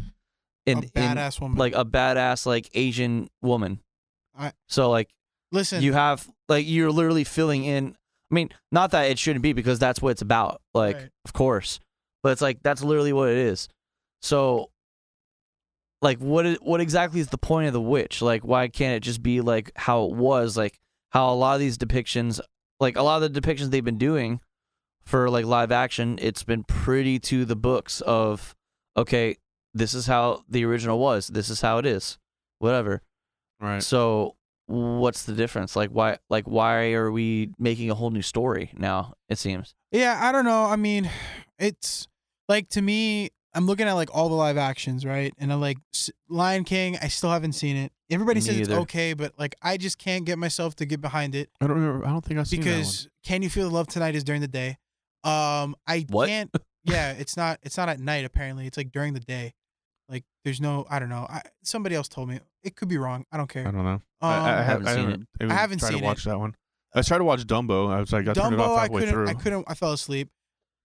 S3: a
S1: in, in
S3: badass woman.
S1: like a badass like Asian woman.
S3: I-
S1: so like
S3: listen,
S1: you have like you're literally filling in i mean not that it shouldn't be because that's what it's about like
S3: Right.
S1: of course but it's like that's literally what it is so like what is, what exactly is the point of the witch like why can't it just be like how it was like how a lot of these depictions like a lot of the depictions they've been doing for like live action it's been pretty to the books of okay this is how the original was this is how it is whatever
S2: Right.
S1: so what's the difference? Like why like why are we making a whole new story now, it seems.
S3: Yeah, I don't know. I mean, it's like to me, I'm looking at like all the live actions, right? And I'm like s- Lion King, I still haven't seen it. Everybody
S1: Me
S3: says it's
S1: either.
S3: okay, but like I just can't get myself to get behind it
S2: I don't remember. I don't think I've seen
S3: because Can You Feel the Love Tonight is during the day. Um, I
S1: What?
S3: can't. Yeah, it's not. It's not at night. Apparently, it's like during the day. Like there's no. I don't know. I, somebody else told me. It could be wrong. I don't care.
S2: that one. I don't know.
S3: Um,
S2: I, I
S1: haven't
S2: haven't, I
S1: seen
S2: haven't, even
S3: I haven't
S2: tried
S3: seen
S2: to
S3: it.
S2: watch that one. I tried to watch Dumbo. I was like, I turned it
S3: Dumbo,
S2: off
S3: I
S2: halfway
S3: couldn't.
S2: through.
S3: I couldn't. I fell asleep.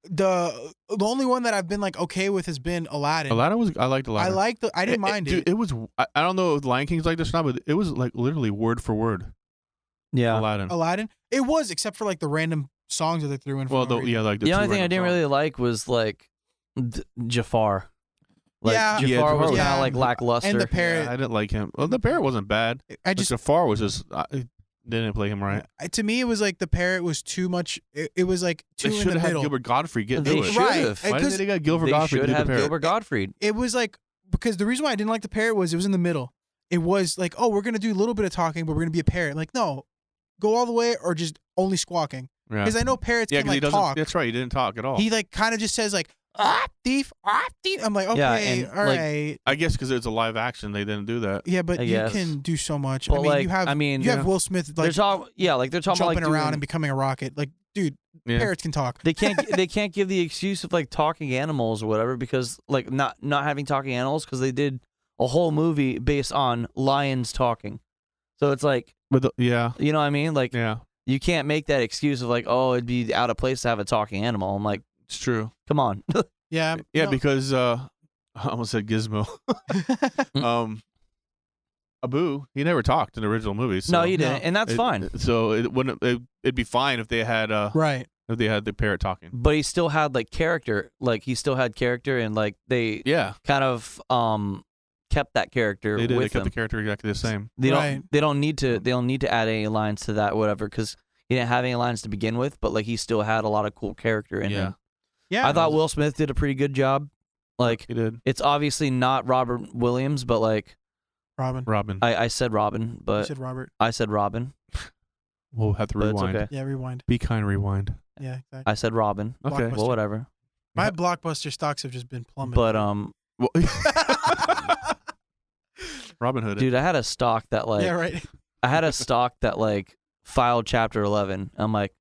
S3: The the only one that I've been like okay with has been Aladdin.
S2: Aladdin was. I liked Aladdin.
S3: I liked the. I didn't mind it.
S2: Dude, it was. I, I don't know if Lion King's like this or not, but it was like literally word for word
S1: Yeah.
S2: Aladdin.
S3: Aladdin. It was, except for like the random songs that they threw in. Oh, for
S2: Well,
S3: no
S2: the,
S3: reason.
S2: yeah, like the,
S1: The,
S2: two
S1: only thing I
S2: random
S1: didn't
S2: songs.
S1: really like was like d- Jafar. Like
S3: Yeah.
S1: Jafar
S2: Yeah, Jafar
S1: was
S2: was-
S1: kind
S3: Yeah.
S1: of like lackluster.
S3: and the parrot.
S2: Yeah, I didn't like him. Well, the parrot wasn't bad.
S3: I just
S2: Just Jafar was just. I, it didn't play him right.
S3: I- to me it was like the parrot was too much. It, it was like too
S2: They
S3: in
S2: should
S3: the
S2: have had
S3: middle.
S2: Gilbert Godfrey get
S1: They
S2: do it.
S1: should
S3: right.
S1: have.
S3: and
S2: Why did
S3: 'cause
S2: they get Gilbert
S1: they
S2: Godfrey to
S1: should
S2: do the
S1: have
S2: parrot?
S1: Gilbert Gottfried.
S3: it was like because the reason why I didn't like the parrot was it was in the middle. It was like oh we're gonna do a little bit of talking but we're gonna be a parrot. Like no, go all the way or just only squawking
S2: yeah,
S3: because I know parrots
S2: yeah,
S3: can
S2: 'cause he
S3: like
S2: doesn't.
S3: talk.
S2: That's right. He didn't talk at all.
S3: He like kind of just says like ah thief ah thief. I'm like okay
S1: Yeah, and,
S3: all
S1: like-
S3: right.
S2: I guess because it's a live action, they didn't do that.
S3: yeah, but
S1: I
S3: you
S1: guess.
S3: can do so much.
S1: But
S3: I mean,
S1: like
S3: you have
S1: I mean
S3: you have Will Smith
S1: they're
S3: like
S1: talking yeah, like they're talking about
S3: jumping
S1: like
S3: around
S1: doing-
S3: and becoming a rocket. Like dude,
S2: Yeah.
S3: parrots can talk.
S1: they can't they can't give the excuse of like talking animals or whatever because like not not having talking animals because they did a whole movie based on lions talking. So it's like
S2: But the, yeah,
S1: you know what I mean? Like
S2: yeah,
S1: you can't make that excuse of like, oh, it'd be out of place to have a talking animal. I'm like,
S2: it's true.
S1: come on.
S3: Yeah,
S2: Yeah,
S3: no.
S2: because uh, I almost said Gizmo. um, Abu, he never talked in the original movies.
S1: no,
S2: so
S1: you didn't,
S3: No.
S1: and that's
S2: it- uh,
S1: fine.
S2: So it wouldn't. It, it'd be fine if they had uh,
S3: right.
S2: if they had the parrot talking.
S1: But he still had like character, like he still had character, and like they
S2: Yeah,
S1: kind of um kept that character
S2: they did. They
S1: with
S2: kept the
S1: them.
S2: character exactly the same.
S1: They don't.
S3: Right.
S1: They don't need to. They don't need to add any lines to that, whatever, because he didn't have any lines to begin with. But like he still had a lot of cool character in
S2: Yeah.
S1: him.
S3: Yeah,
S1: I thought Will Smith did a pretty good job. Like
S2: He did.
S1: it's obviously not Robert Williams, but like
S3: Robin.
S2: Robin.
S1: I, I said Robin,
S3: You
S1: but
S3: said Robert.
S1: I said Robin.
S2: we'll have to
S1: But it's
S2: rewind.
S1: okay.
S3: Yeah, rewind.
S2: Be kind. Rewind.
S3: Yeah, exactly.
S1: I said Robin.
S2: Okay.
S3: Blockbuster.
S1: Well, whatever.
S3: My blockbuster stocks have just been plummeting.
S1: But um,
S2: Well- Robin Hood.
S1: dude, I had a stock that like
S3: yeah, right.
S1: I had a stock that like filed chapter eleven. I'm like,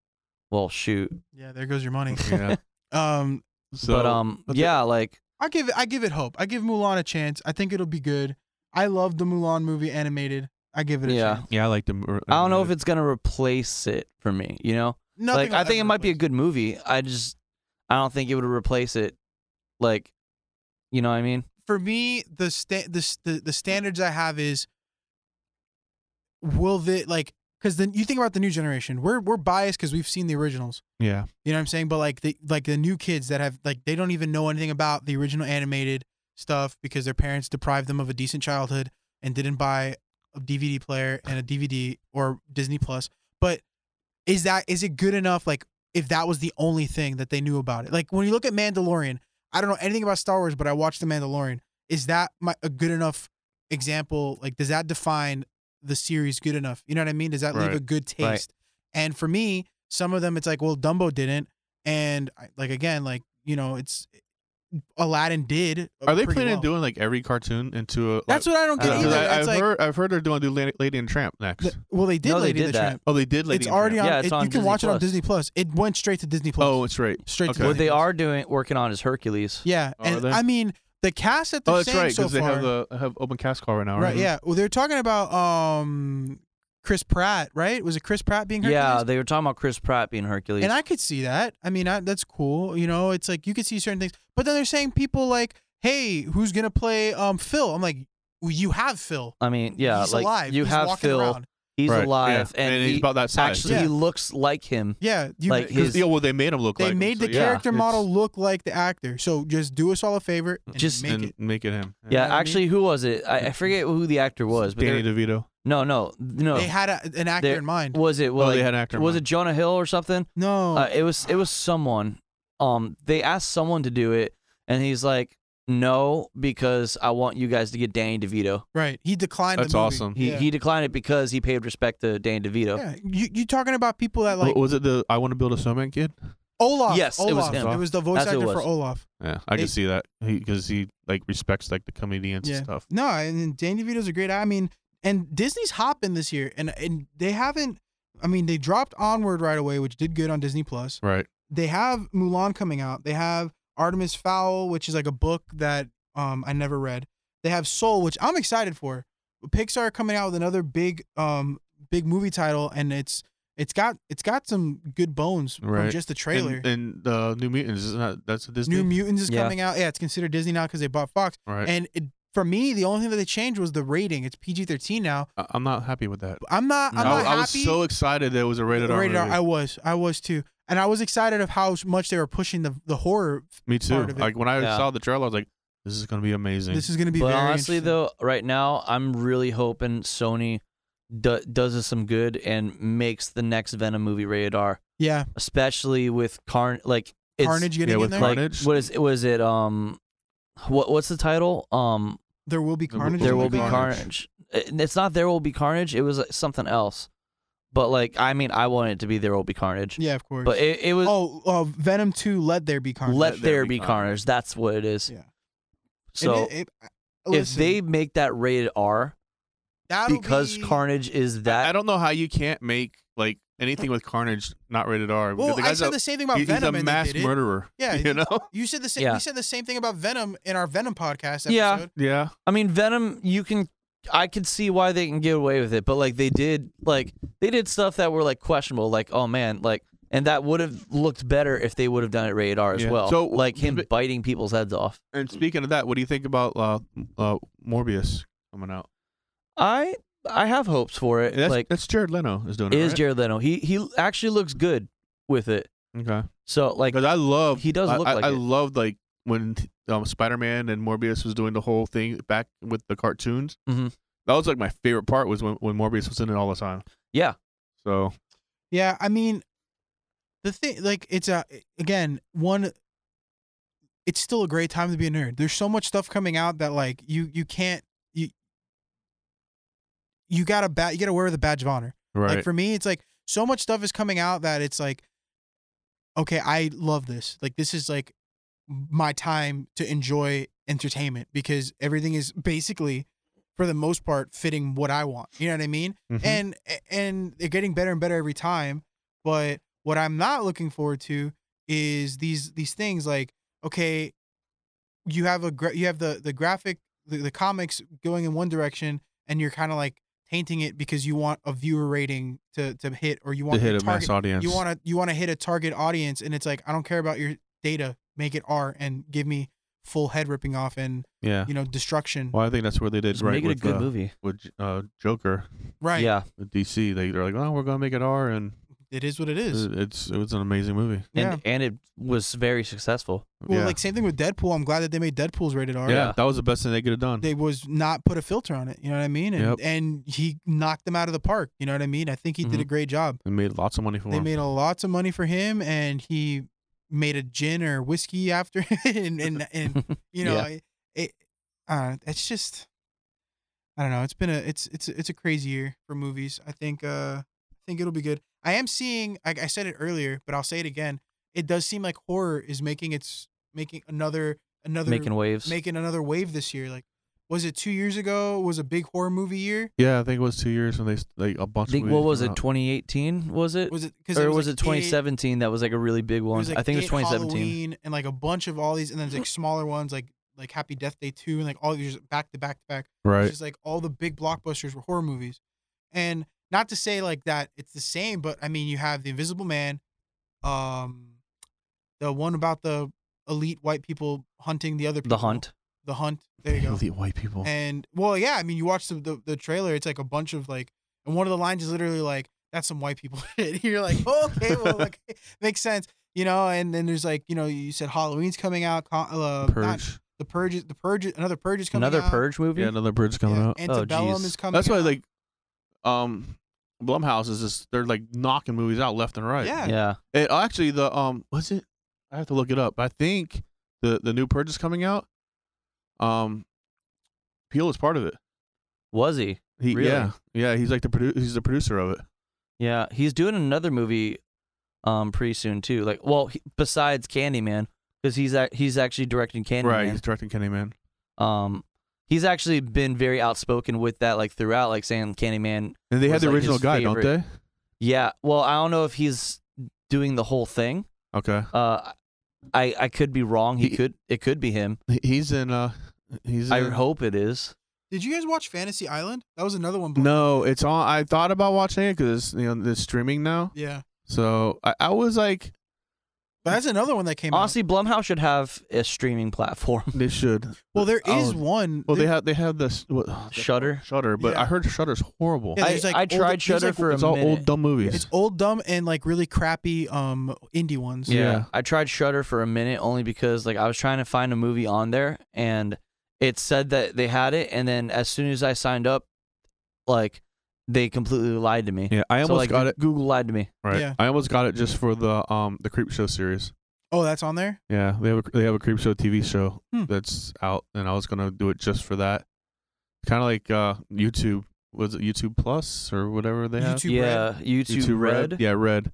S1: well, shoot.
S3: Yeah, there goes your money.
S2: Yeah.
S3: Um,
S2: So,
S1: but um,
S2: but the-
S1: yeah, like
S3: I give I give it hope. I give Mulan a chance. I think it'll be good. I love the Mulan movie animated. I give it a
S1: Yeah.
S3: chance.
S2: yeah, I liked him. uh,
S1: I don't know if it's gonna replace it for me. You know,
S3: Nothing
S1: like I
S3: will
S1: think it
S3: ever
S1: might be a
S3: replace
S1: good movie. I just I don't think it would replace it. Like, you know what I mean?
S3: for me the sta- the, s- the the standards I have is will the like because then you think about the new generation. We're we're biased because we've seen the originals.
S2: Yeah.
S3: You know what I'm saying? But like the like the new kids that have like they don't even know anything about the original animated stuff because their parents deprived them of a decent childhood and didn't buy a DVD player and a DVD or Disney Plus. But is that is it good enough like if that was the only thing that they knew about it? Like when you look at Mandalorian, I don't know anything about Star Wars, but I watched The Mandalorian. Is that my, a good enough example? Like does that define the series good enough? You know what I mean? Does that leave
S2: Right.
S3: a good taste?
S1: Right.
S3: And for me, some of them it's like well dumbo didn't and I- like again like you know it's Aladdin did. uh,
S2: Are they
S3: pretty
S2: planning
S3: well.
S2: on doing like every cartoon into a?
S3: That's what I don't get
S1: Uh,
S2: because
S3: either.
S1: I-
S3: it's
S2: I, have
S3: like,
S2: heard I've heard they're doing do La- Lady and Tramp next.
S3: the- well, they did
S1: No, they
S3: Lady
S1: did
S3: and the
S1: that.
S3: Tramp.
S2: oh, they did Lady.
S3: it's
S2: and
S3: already
S2: Tramp.
S3: on.
S1: Yeah, it's
S3: it-
S1: on
S3: you can
S1: Disney
S3: watch it on
S1: Plus.
S3: Disney Plus. It went straight to Disney Plus.
S2: Oh, it's right.
S3: straight to
S2: okay. Oh,
S1: What
S3: Disney
S1: they
S3: Plus.
S1: are doing, working on is Hercules.
S3: Yeah,
S2: Are
S3: and
S2: they?
S3: I mean the cast that they're
S2: Oh, that's
S3: saying
S2: right.
S3: so
S2: Because
S3: far.
S2: they have the have open cast call right now.
S3: right. Yeah. Well, they're talking about um Chris Pratt, right? Was it Chris Pratt being Hercules?
S1: Yeah, they were talking about Chris Pratt being Hercules.
S3: And I could see that. I mean, I, that's cool. You know, it's like you could see certain things, but then they're saying people like, "Hey, who's gonna play um Phil?" I'm like, well, "You have Phil.
S1: I mean, yeah,
S3: he's
S1: like
S3: alive.
S1: you
S3: he's
S1: have
S3: walking
S1: Phil.
S3: Around.
S1: He's
S2: Right, yeah.
S1: alive, and,
S2: And he's
S1: he
S2: about that size.
S1: Actually,
S3: Yeah.
S1: he looks like him.
S3: Yeah, you,
S1: Like
S2: Because
S1: his-
S2: yeah, well, they made him look
S3: they
S2: like him,
S3: made
S2: so
S3: the
S2: yeah,
S3: character
S2: it's-
S3: model look like the actor. So just do us all a favor and
S1: Mm, Just-
S3: make
S2: and
S3: it.
S2: make it him.
S1: Yeah,
S3: know what I mean?
S1: actually, who was it? I, I forget who the actor was, but
S2: Danny
S1: they're-
S2: DeVito.
S1: no, no, no.
S3: They had a, an actor
S1: They're-
S3: in mind.
S1: was it? Well,
S2: oh,
S1: like,
S2: they had an actor. in
S1: was it
S2: mind.
S1: Jonah Hill or something?
S3: No,
S1: Uh, it was it was someone. Um, they asked someone to do it, and he's like, "No, because I want you guys to get Danny DeVito."
S3: right? He declined.
S2: That's
S3: the movie.
S2: awesome.
S1: He
S3: yeah.
S1: he declined it because he paid respect to Danny DeVito.
S3: yeah. You you talking about people that like
S2: Wa- was it the I Want to Build a Snowman kid?
S3: Olaf?
S1: Yes, it was
S3: Olaf.
S1: him.
S3: It was the voice
S1: That's who it
S3: actor for
S1: was.
S3: Olaf.
S2: Yeah, I
S3: They-
S2: can see that because he, like respects like the comedians
S3: Yeah.
S2: and stuff.
S3: No, and Danny DeVito's a great. I mean, and Disney's hopping this year, and and they haven't. I mean, they dropped Onward right away, which did good on Disney Plus.
S2: Right.
S3: They have Mulan coming out. They have Artemis Fowl, which is like a book that um I never read. They have Soul, which I'm excited for. Pixar coming out with another big um big movie title, and it's it's got it's got some good bones from
S2: Right.
S3: just the trailer.
S2: And, and uh, New Mutants isn't that that's a Disney?
S3: New Mutants is
S1: Yeah.
S3: coming out. Yeah, it's considered Disney now because they bought Fox.
S2: right.
S3: And it, for me, the only thing that they changed was the rating. It's PG thirteen now.
S2: I- I'm not happy with that.
S3: I'm not. I'm
S1: No.
S3: not
S2: I, I was
S3: happy.
S2: so excited that it was a rated R.
S3: Rated R,
S2: movie.
S3: I was. I was too. And I was excited of how much they were pushing the the horror.
S2: Me too.
S3: part of it.
S2: Like when I
S1: Yeah.
S2: saw the trailer, I was like, "This is gonna be amazing."
S3: This is going to be.
S1: but
S3: very
S1: honestly,
S3: interesting.
S1: though, right now I'm really hoping Sony do- does us some good and makes the next Venom movie rated R,
S3: yeah,
S1: especially with Carn like it's
S3: Carnage
S2: yeah,
S3: getting in
S2: with
S3: there.
S1: like
S2: Carnage.
S1: what is was it um what what's the title um
S3: there will be
S2: There will-
S3: carnage.
S1: there
S2: Will
S1: will
S2: Be
S1: be
S2: Carnage.
S1: carnage. It- It's not there will be carnage. It was uh, something else, but like I mean I want it to be there will be carnage,
S3: Yeah, of course.
S1: but it it was
S3: oh, uh, Venom two. Let there be carnage.
S1: let there be carnage. That's what it is.
S3: Yeah.
S1: So
S3: And it- it-
S1: if
S3: listen,
S1: they make that rated R
S3: that'll
S1: because
S3: be-
S1: carnage is that
S2: I don't know how you can't make like anything with Carnage not rated R.
S3: Well,
S2: the
S3: I
S2: guy's
S3: said
S2: a-
S3: the same thing about
S2: he-
S3: Venom.
S2: he's a
S3: and
S2: mass
S3: they did it.
S2: murderer.
S3: Yeah,
S2: you know.
S3: You said the same.
S1: Yeah.
S3: We said the same thing about Venom in our Venom podcast episode.
S1: Yeah.
S2: Yeah,
S1: I mean, Venom, you can. I could see why they can get away with it, but like they did, like they did stuff that were like questionable, like oh man, like and that would have looked better if they would have done it rated R as
S2: Yeah.
S1: well.
S2: So-
S1: like him
S2: but-
S1: biting people's heads off.
S2: and speaking of that, what do you think about uh, uh, Morbius coming out?
S1: I I have hopes for it.
S2: That's,
S1: like
S2: that's Jared Leno is doing
S1: it
S2: it.
S1: is
S2: right?
S1: Jared Leno. He he actually looks good with it.
S2: Okay,
S1: So like
S2: because I love
S1: he does
S2: I-
S1: look
S2: I,
S1: like
S2: I
S1: it.
S2: loved like when um, Spider Man and Morbius was doing the whole thing back with the cartoons.
S1: Mhm.
S2: That was like my favorite part was when, when Morbius was in it all the time.
S1: yeah,
S2: So
S3: Yeah, I mean, the thing, like, it's a again one. It's still a great time to be a nerd. There's so much stuff coming out that like you you can't you you gotta bat you gotta wear the badge of honor.
S2: right,
S3: Like for me, it's like so much stuff is coming out that it's like, okay, I love this. Like this is like my time to enjoy entertainment because everything is basically, for the most part, fitting what I want. You know what I mean?
S2: Mhm.
S3: and and they're getting better and better every time. But what I'm not looking forward to is these these things like okay, you have a gra- you have the the graphic the, the comics going in one direction, and you're kind of like tainting it because you want a viewer rating to to hit or you
S2: to
S3: want
S2: hit
S3: your
S2: a mass
S3: target
S2: audience.
S3: you want to you want to hit a target audience, and it's like I don't care about your data, make it R and give me full head ripping off and
S2: yeah.
S3: you know destruction.
S2: Well, I think that's where they did
S1: just
S2: right
S1: make it a
S2: with
S1: good
S2: uh,
S1: movie.
S2: with uh, Joker
S3: Right.
S1: Yeah,
S2: with DC. They they're like, oh, we're gonna make it R, and
S3: It is what it
S2: it-
S3: is.
S2: it's it was an amazing movie.
S3: yeah.
S1: and and it was very successful.
S3: Well,
S2: yeah.
S3: like same thing with Deadpool. I'm glad that they made Deadpool's rated R.
S2: yeah,
S1: yeah.
S2: that was the best thing they could have done.
S3: They was not put a filter on it. You know what I mean? And
S2: Yep.
S3: and he knocked them out of the park. You know what I mean? I think he did a
S2: Mm-hmm.
S3: great job.
S2: They made lots of money for
S3: They
S2: him.
S3: made a lots of money for him, and he made a gin or whiskey after, and and, and you know,
S1: Yeah.
S3: it, it uh, it's just, I don't know. It's been a it's it's it's a crazy year for movies. I think uh I think it'll be good. I am seeing. Like I said it earlier, but I'll say it again. It does seem like horror is making its making another another
S1: making waves.
S3: making another wave this year. Like, was it two years ago? Was a big horror movie year?
S2: Yeah, I think it was two years when they s- like a
S1: I
S2: bunch.
S1: think
S2: of
S1: what was it? 2018 was it?
S3: Was it because
S1: or was it 2017? That was like a really big one. I think it was 2017.
S3: Halloween and like a bunch of all these, and then like smaller ones like like Happy Death Day two and like all these back to back to back. It's
S2: Right.
S3: just like all the big blockbusters were horror movies, and not to say like that it's the same, but I mean you have the Invisible Man, um, the one about the elite white people hunting the other people.
S1: The Hunt.
S3: The Hunt. There you go.
S2: Elite white people.
S3: And well, yeah, I mean, you watch the, the the trailer. It's like a bunch of like, and one of the lines is literally like, "That's some white people shit." You're like, "Oh, okay, well, like, makes sense, you know. And then there's like, you know, you said Halloween's coming out. co- Uh,
S2: Purge.
S3: not- the purge. is- The purge. is- Another purge is coming
S1: Another
S3: out.
S1: Purge movie.
S2: yeah, another purge
S3: Yeah,
S2: coming out. Oh,
S3: Antebellum
S1: geez.
S3: is coming.
S2: That's why
S3: out.
S2: like, um, Blumhouse is just they're like knocking movies out left and right.
S3: Yeah.
S1: Yeah.
S2: It, actually, the um, was it? I have to look it up. I think the the new purge is coming out. Um, Peel is part of it.
S1: Was he?
S2: He
S1: Really?
S2: yeah yeah he's like the produ- he's the producer of it.
S1: Yeah, he's doing another movie, um, pretty soon too. Like, well, he, besides Candyman, because he's ac he's actually directing Candyman.
S2: right, he's directing Candyman.
S1: Um, he's actually been very outspoken with that, like throughout, like saying Candyman.
S2: And they
S1: Was,
S2: had the
S1: like,
S2: original
S1: his
S2: guy,
S1: favorite.
S2: don't
S1: Yeah. Well, I don't know if he's doing the whole thing.
S2: they? Okay.
S1: Uh, I I could be wrong. He,
S2: He-
S1: could. It could be him.
S2: He- He's in uh he's in,
S1: I hope it is.
S3: Did you guys watch Fantasy Island? That was another one.
S2: No, it's on I thought about watching it cuz you know it's streaming now.
S3: Yeah,
S2: So I, I was like
S3: but that's another one that came out.
S1: Honestly, Blumhouse should have a streaming platform.
S2: they should.
S3: Well, there is
S2: Oh,
S3: one.
S2: Well, they
S3: there-
S2: had they had this what, oh,
S1: Shutter.
S2: Shutter, but
S3: Yeah.
S2: I heard Shutter's horrible.
S3: Yeah,
S1: I,
S3: there's, like,
S1: I
S3: old-
S1: tried
S3: there's,
S1: Shutter
S3: like,
S1: for a
S2: it's all
S1: minute.
S2: old dumb movies.
S3: It's old, dumb, and like really crappy um indie ones.
S1: Yeah.
S2: Yeah.
S1: I tried Shutter for a minute only because like I was trying to find a movie on there and it said that they had it and then as soon as I signed up, like they completely lied to me.
S2: yeah, I
S1: So,
S2: almost
S1: like,
S2: got
S1: Goo-
S2: it.
S1: Google lied to me.
S2: Right.
S3: Yeah.
S2: I almost got it just for the um the Creep Show series.
S3: Oh, that's on there.
S2: Yeah, they have a they have a creep show TV show
S3: Hmm.
S2: that's out, and I was gonna do it just for that. Kind of like uh, YouTube was it YouTube Plus or whatever they have.
S3: YouTube
S1: yeah, YouTube, Red.
S2: yeah, Red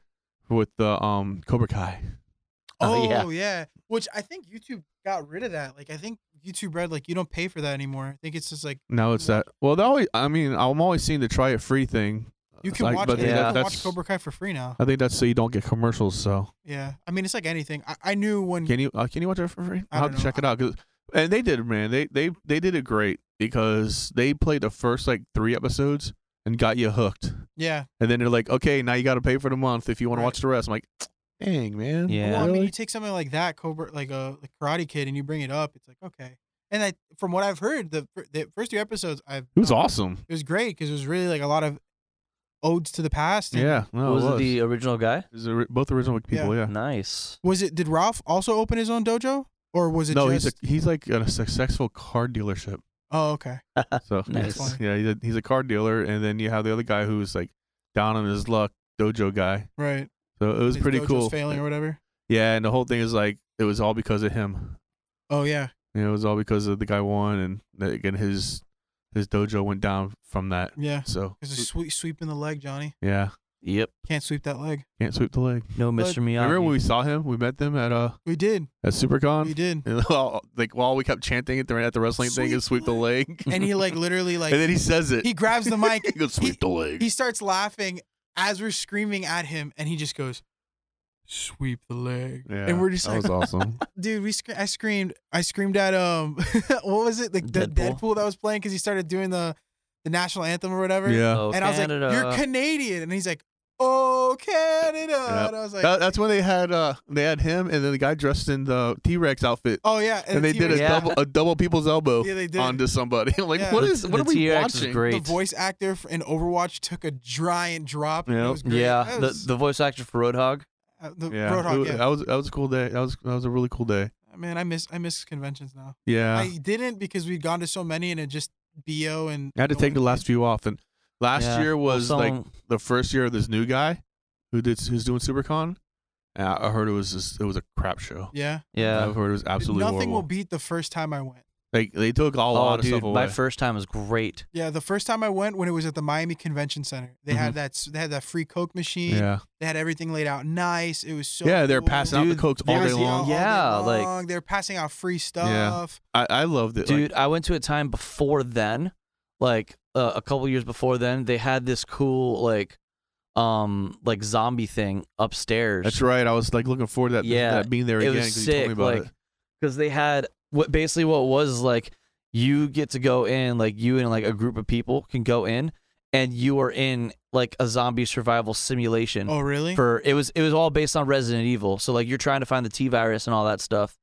S2: with the um Cobra Kai.
S1: Oh,
S3: Oh,
S1: yeah.
S3: yeah. Which I think YouTube got rid of that. Like I think YouTube Red, like you don't pay for that anymore. I think it's just like
S2: Now it's that. Well, they always. I mean, I'm always seeing the try it free thing.
S3: you can
S2: Uh, Like,
S3: watch
S2: but
S3: you
S1: yeah.
S3: can watch
S2: that's- Uh,
S3: Cobra Kai for free now.
S2: I think that's so you don't get commercials. So
S3: Yeah. I mean it's like anything. I, I knew when
S2: can you uh, can you watch it for free?
S3: I
S2: I'll
S3: don't
S2: have to
S3: know.
S2: check it out. 'cause- and they did, man. They they they did it great because they played the first like three episodes and got you hooked.
S3: Yeah.
S2: And then they're like, okay, now you got to pay for the month if you want
S3: Right.
S2: to watch the rest. I'm like, dang, man.
S1: Yeah.
S3: Well, I mean
S2: Really?
S3: you take something like that, Cobra like a like Karate Kid and you bring it up, it's like okay. And I from what I've heard, the fir- the first two episodes I've
S2: it was awesome.
S3: it was great because it was really like a lot of odes to the past. and-
S2: Yeah. No,
S1: was,
S2: it was.
S1: it the uh, original guy?
S2: It was ori- both original people, yeah.
S1: Nice.
S3: Was it did Ralph also open his own dojo? Or was it
S2: No,
S3: just
S2: he's a, he's like a successful car dealership.
S3: Oh, okay.
S2: So
S1: Ah, Nice.
S3: That's funny.
S2: yeah, he's a, he's a car dealer, and then you have the other guy who's like down on his luck, dojo guy.
S3: Right.
S2: So it was
S3: His
S2: pretty
S3: dojo's
S2: cool.
S3: Failing or whatever.
S2: Yeah, and the whole thing is like it was all because of him.
S3: Oh yeah.
S2: You know, it was all because of the guy won, and that- again his his dojo went down from that.
S3: Yeah.
S2: So
S3: There's a sweep sweep in the leg, Johnny.
S2: yeah,
S1: Yep.
S3: Can't sweep that leg.
S2: can't sweep the leg.
S1: No
S3: But-
S1: Mr. Miyagi.
S2: Remember when we saw him? We met them at uh
S3: We did.
S2: at SuperCon.
S3: We did.
S2: And all, like while we kept chanting it during at the wrestling thing and
S3: Sweep
S2: sweep the leg.
S3: And he like literally like
S2: and then he says it.
S3: he grabs the mic.
S2: he goes sweep the leg.
S3: he starts laughing as we're screaming at him, and he just goes, "Sweep the leg."
S2: yeah,
S3: and we're just
S2: that
S3: like,
S2: was awesome.
S3: dude, we scre- I screamed, I screamed at um, what was it? Like the
S1: Deadpool.
S3: Deadpool, that was playing because he started doing the the national anthem or whatever.
S2: yeah.
S1: Oh,
S3: and I was like,
S1: Canada.
S3: "You're Canadian," and he's like, "Oh, Canada,"
S2: Yeah.
S3: and I was like,
S2: That- that's when they had uh they had him and then the guy dressed in the T Rex outfit
S3: "Oh yeah,"
S2: and, they
S3: the
S2: did a
S3: T-Rex-
S1: Yeah.
S2: double a double people's elbow
S3: Yeah, they did.
S2: onto somebody. I'm like,
S3: Yeah.
S2: what
S1: The-
S2: is what
S1: the
S2: are we
S1: T-Rex
S2: watching?
S1: Is great.
S3: The voice actor f- in Overwatch took a giant drop. It
S2: Yep.
S3: was great.
S1: yeah,
S3: That was-
S1: the the voice actor for Roadhog.
S3: uh, the
S2: Yeah,
S3: Roadhog.
S2: it was-
S3: yeah. Uh,
S2: that was that was a cool day. That was that was a really cool day.
S3: Man, I miss I miss conventions now.
S2: Yeah, I,
S3: I didn't because we'd gone to so many and it just bo and.
S2: had to
S3: no
S2: take
S3: one
S2: the last
S3: came.
S2: few off. And last
S1: Yeah.
S2: year
S1: Well,
S2: was like
S1: someone-
S2: the first year of this new guy who did who's doing SuperCon. And I I heard it was just, it was a crap show.
S3: Yeah.
S1: yeah.
S2: I've heard it was absolutely
S3: Nothing
S2: horrible.
S3: will beat the first time I went.
S2: Like they took all a lot
S1: oh,
S2: of
S1: dude,
S2: stuff away.
S1: my first time was great.
S3: Yeah, the first time I went when it was at the Miami Convention Center, they had that s- they had that free Coke machine.
S2: Mm-hmm. yeah,
S3: They had everything laid out nice. It was so
S2: yeah, they're
S3: cool.
S2: passing out
S1: Dude,
S2: the cokes all
S1: there's
S2: day
S1: the-
S2: long.
S1: Yeah, like-
S3: they're passing out free stuff.
S2: I, I loved it.
S1: Dude, I went to a time before then, like uh, a couple years before then, they had this cool like um like zombie thing upstairs.
S2: like, that's right. I was like looking forward to that,
S1: Yeah,
S2: that being there
S1: it
S2: again
S1: was
S2: because you told
S1: sick.
S2: me about
S1: like,
S2: it.
S1: because they had what basically what it was like you get to go in, like you and like a group of people can go in, and you are in like a zombie survival simulation.
S3: Oh really?
S1: for it was it was all based on Resident Evil. So like you're trying to find the T virus and all that stuff,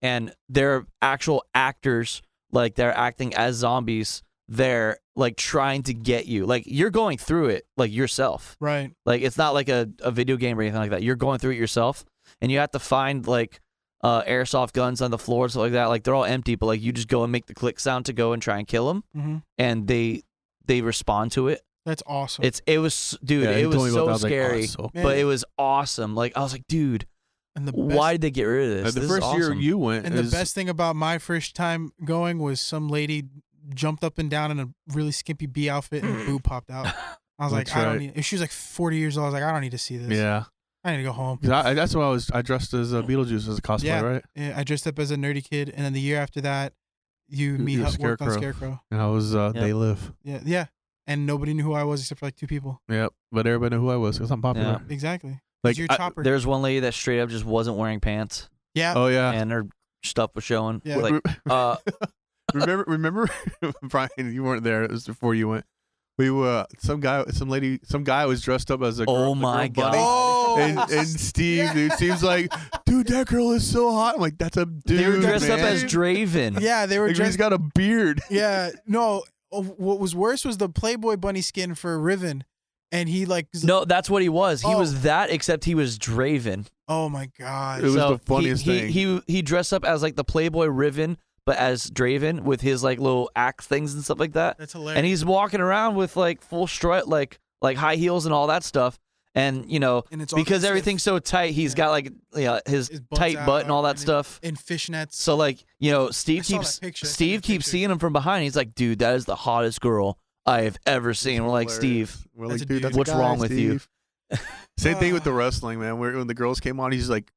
S1: and there are actual actors like they're acting as zombies. They're like trying to get you. Like you're going through it like yourself.
S3: right.
S1: Like it's not like a, a video game or anything like that. You're going through it yourself, and you have to find like uh, airsoft guns on the floor and stuff like that. Like they're all empty, but like you just go and make the click sound to go and try and kill them,
S3: Mm-hmm.
S1: and they they respond to it.
S3: That's awesome.
S1: It's it was dude,
S2: Yeah, you
S1: it
S2: told me
S1: was so
S2: about that. I was like, oh,
S1: scary
S2: it's so
S3: Man,
S1: but it was awesome. Like I was like, dude,
S3: and the best,
S1: why did they get rid of
S2: Uh,
S1: this?
S2: the
S1: This is
S2: first year
S1: awesome.
S2: you went,
S3: And the
S2: is-
S3: best thing about my first time going was some lady jumped up and down in a really skimpy bee outfit and her boob popped out. I was like,
S2: That's
S3: I don't
S2: right.
S3: need. If she was like 40 years old, I was like, I don't need to see this.
S2: Yeah,
S3: I need to go home.
S2: 'Cause I, I- that's why I was. I dressed as a Beetlejuice as a cosplay,
S3: Yeah.
S2: right?
S3: Yeah, Eh, I dressed up as a nerdy kid, and then the year after that, you
S2: You-
S3: me
S2: you're
S3: helped work on
S2: Scarecrow.
S3: Scarecrow.
S2: And I was. Uh,
S1: Yeah.
S2: They live.
S3: Yeah, yeah, and nobody knew who I was except for like two people.
S2: Yep. But everybody knew who I was because I'm popular.
S1: Yeah.
S3: Exactly. 'Cause
S2: Like
S3: you're
S2: I-
S3: chopper.
S1: There's one lady that straight up just wasn't wearing pants,
S3: yeah.
S2: oh yeah.
S1: and her stuff was showing.
S3: Yeah.
S1: Like, uh,
S2: remember remember Brian, you weren't there. It was before you went. We were some guy, some lady, some guy was dressed up as a girl.
S1: oh
S2: a
S1: my
S2: girl
S1: god,
S2: bunny.
S3: Oh,
S2: And, and Steve, dude, Steve's like, dude, that girl is so hot. I'm like, that's a dude.
S1: they were dressed up
S2: man."
S1: as Draven.
S3: yeah, they were
S2: Like, he's
S3: dressed.
S2: got a beard.
S3: yeah, no. oh, What was worse was the Playboy bunny skin for Riven, and he like. z-
S1: No, that's what he was. He
S3: Oh.
S1: was that, except he was Draven.
S3: Oh my god.
S2: It was
S1: So
S2: the funniest
S1: he,
S2: thing.
S1: He, he he dressed up as like the Playboy Riven, but as Draven with his like little axe things and stuff like that.
S3: That's hilarious.
S1: And he's walking around with like full strut, like like high heels and all that stuff. And you know,
S3: and it's all
S1: because
S3: concealed
S1: everything's so tight, he's
S3: Yeah.
S1: got like you know, his,
S3: His butt's
S1: tight
S3: out,
S1: butt and all that
S3: and it-
S1: stuff.
S3: in fishnets.
S1: So like you know,
S3: I
S1: Steve
S3: saw that
S1: keeps
S3: picture. I sent you
S1: Steve
S3: the
S1: keeps
S3: picture.
S1: seeing him from behind. He's like, dude, that is the hottest girl I have ever seen. We're like, Steve,
S2: We're
S3: That's a
S2: like, dude,
S3: dude.
S2: that's a
S1: What's
S2: guy,
S1: wrong with you?"
S2: Steve. Same thing with the
S3: Ah.
S2: wrestling, man. Where when the girls came on, he's like,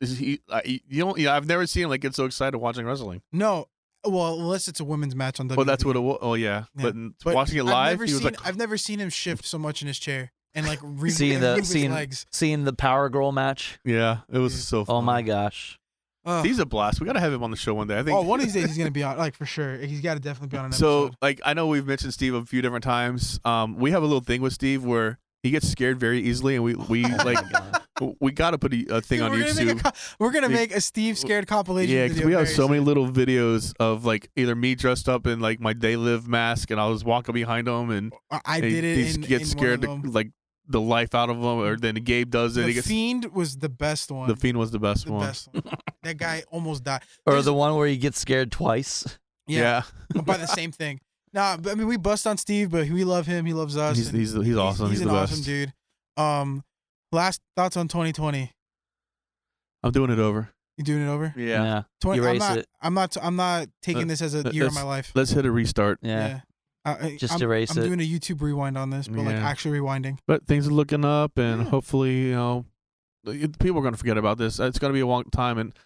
S2: is he, I you don't, yeah, I've never seen him like get so excited watching wrestling.
S3: no, well, unless it's a women's match on WWE.
S2: Well, that's what it was. Oh, yeah.
S3: Yeah.
S2: But,
S3: But
S2: watching it
S3: I've
S2: live,
S3: never
S2: he was
S3: seen,
S2: like,
S3: I've never seen him shift so much in his chair and like re-
S1: Seeing
S3: and
S1: the-
S3: move his
S1: seeing-
S3: legs.
S1: seeing the Power Girl match.
S2: yeah, it was
S3: Dude.
S2: so funny.
S1: Oh my gosh,
S3: Ugh.
S2: He's a blast. We got to have him on the show one day. I think.
S3: Uh, oh, one of these days he's gonna be on, like for sure. He's got to definitely be on an
S2: So,
S3: episode.
S2: like, I know we've mentioned Steve a few different times. Um, we have a little thing with Steve where he gets scared very easily, and we we like we got to put a, a thing
S3: Dude,
S2: on
S3: we're Gonna make a
S2: YouTube.
S3: co- we're gonna
S2: Like-
S3: make a Steve scared compilation.
S2: Yeah, because
S3: because
S2: we have so many little videos of like either me dressed up in like my day live mask, and I was walking behind him, and
S3: Uh, I
S2: he-
S3: did it.
S2: he
S3: in,
S2: gets
S3: in
S2: scared
S3: One of
S2: the,
S3: them.
S2: like the life out of him, or then Gabe does it.
S3: The
S2: he gets,
S3: fiend was the best one.
S2: the fiend was the best
S3: the
S2: one.
S3: best one. that guy almost died.
S1: or
S3: There's-
S1: the one where he gets scared twice.
S2: yeah,
S3: by the same thing. Nah, but I mean we bust on Steve, but we love him. He loves us.
S2: He's,
S3: and
S2: he's he's awesome. He's,
S3: an
S2: the best.
S3: awesome dude. Um, last thoughts on 2020.
S2: I'm doing it over.
S3: You doing it over?
S1: Yeah,
S3: 20,
S1: Erase
S3: I'm not,
S1: it.
S3: I'm not. I'm not taking
S2: Let-
S3: this as a
S2: let-
S3: year of my
S2: let's-
S3: life.
S2: Let's hit a restart.
S1: yeah.
S3: I- I-
S1: Just
S3: I'm,
S1: erase
S3: I'm
S1: it.
S3: doing a YouTube rewind on this, but like
S2: Yeah.
S3: actually rewinding.
S2: but things are looking up and
S3: Yeah.
S2: hopefully you know it- people are going to forget about this it's going to be a long time and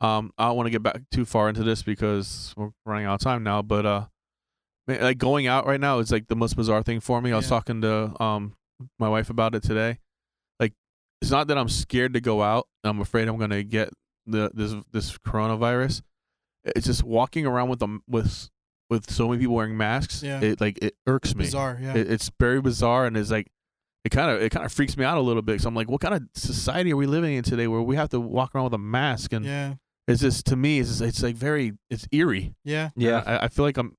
S2: um i don't want to get back too far into this because we're running out of time now but uh man, like going out right now is like the most bizarre thing for me i was
S3: Yeah.
S2: talking to um my wife about it today like it's not that i'm scared to go out i'm afraid i'm going to get the this this coronavirus it's just walking around with them with with so many people wearing masks
S3: Yeah.
S2: it like it irks me
S3: Bizarre, yeah.
S2: it, it's very bizarre and it's like it kind of it kind of freaks me out a little bit because I'm like, what kind of society are we living in today where we have to walk around with a mask and
S3: yeah,
S2: it's just to me it's just, it's like very it's eerie.
S3: yeah.
S1: yeah.
S2: I, I feel like I'm.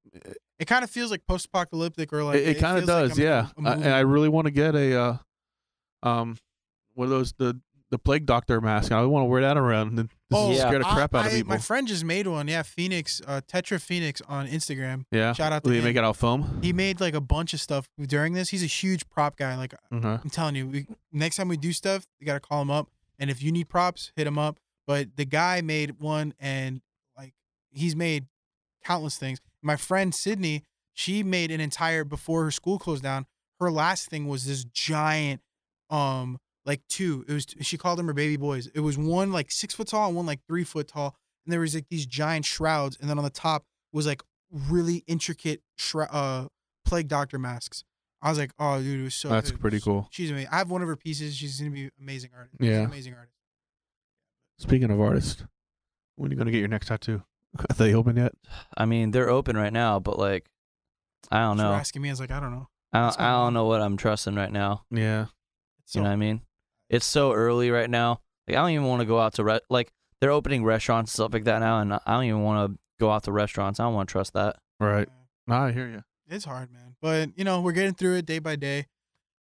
S3: It kind of feels like post-apocalyptic, or like
S2: it it kind of
S3: feels like
S2: does,
S3: I'm in
S2: yeah.
S3: a- a
S2: I- and
S3: movie.
S2: I really want to get a uh, um, one of those the the plague doctor mask. and I want to wear that around and just
S1: Oh,
S2: scare the
S3: I-
S2: crap out of
S3: I-
S2: people.
S3: My friend just made one. Yeah, Phoenix, uh, Tetra Phoenix on Instagram.
S2: yeah.
S3: Shout out to
S2: Will you
S3: him.
S2: make it out of foam?
S3: He made like a bunch of stuff during this. He's a huge prop guy. Like
S2: uh-huh.
S3: I'm telling you, we, next time we do stuff, you gotta call him up. And if you need props, hit him up. But the guy made one, and like he's made countless things. My friend Sydney, she made an entire before her school closed down. Her last thing was this giant, um, like two. It was she called them her baby boys. It was one like six foot tall and one like three foot tall, and there was like these giant shrouds, and then on the top was like really intricate shrou- uh plague doctor masks. I was like, oh dude, it was so.
S2: That's
S3: it
S2: pretty
S3: was-
S2: cool.
S3: She's amazing. I have one of her pieces. She's gonna be amazing artist.
S2: Yeah.
S3: She's amazing artist.
S2: Speaking of artists, when are you gonna get your next tattoo? Are they open yet?
S1: I mean, they're open right now, but like, I don't
S3: She was
S1: know.
S3: asking me, I was like, I don't know.
S1: I
S3: what's
S1: don't,
S3: going
S1: I
S3: on?
S1: don't know what I'm trusting right now.
S2: Yeah.
S3: So,
S1: you know what I mean? It's so early right now. Like, I don't even want to go out to re- like they're opening restaurants and stuff like that now, and I don't even want to go out to restaurants. I don't want to trust that.
S2: Right. Nah, I hear you.
S3: It's hard, man. But you know, we're getting through it day by day.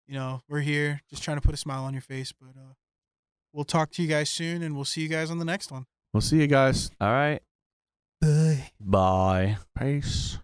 S3: You know, we're here just trying to put a smile on your face. But uh, we'll talk to you guys soon, and we'll see you guys on the next one.
S2: We'll see you guys.
S1: All right,
S3: Bye.
S1: bye.
S2: Peace.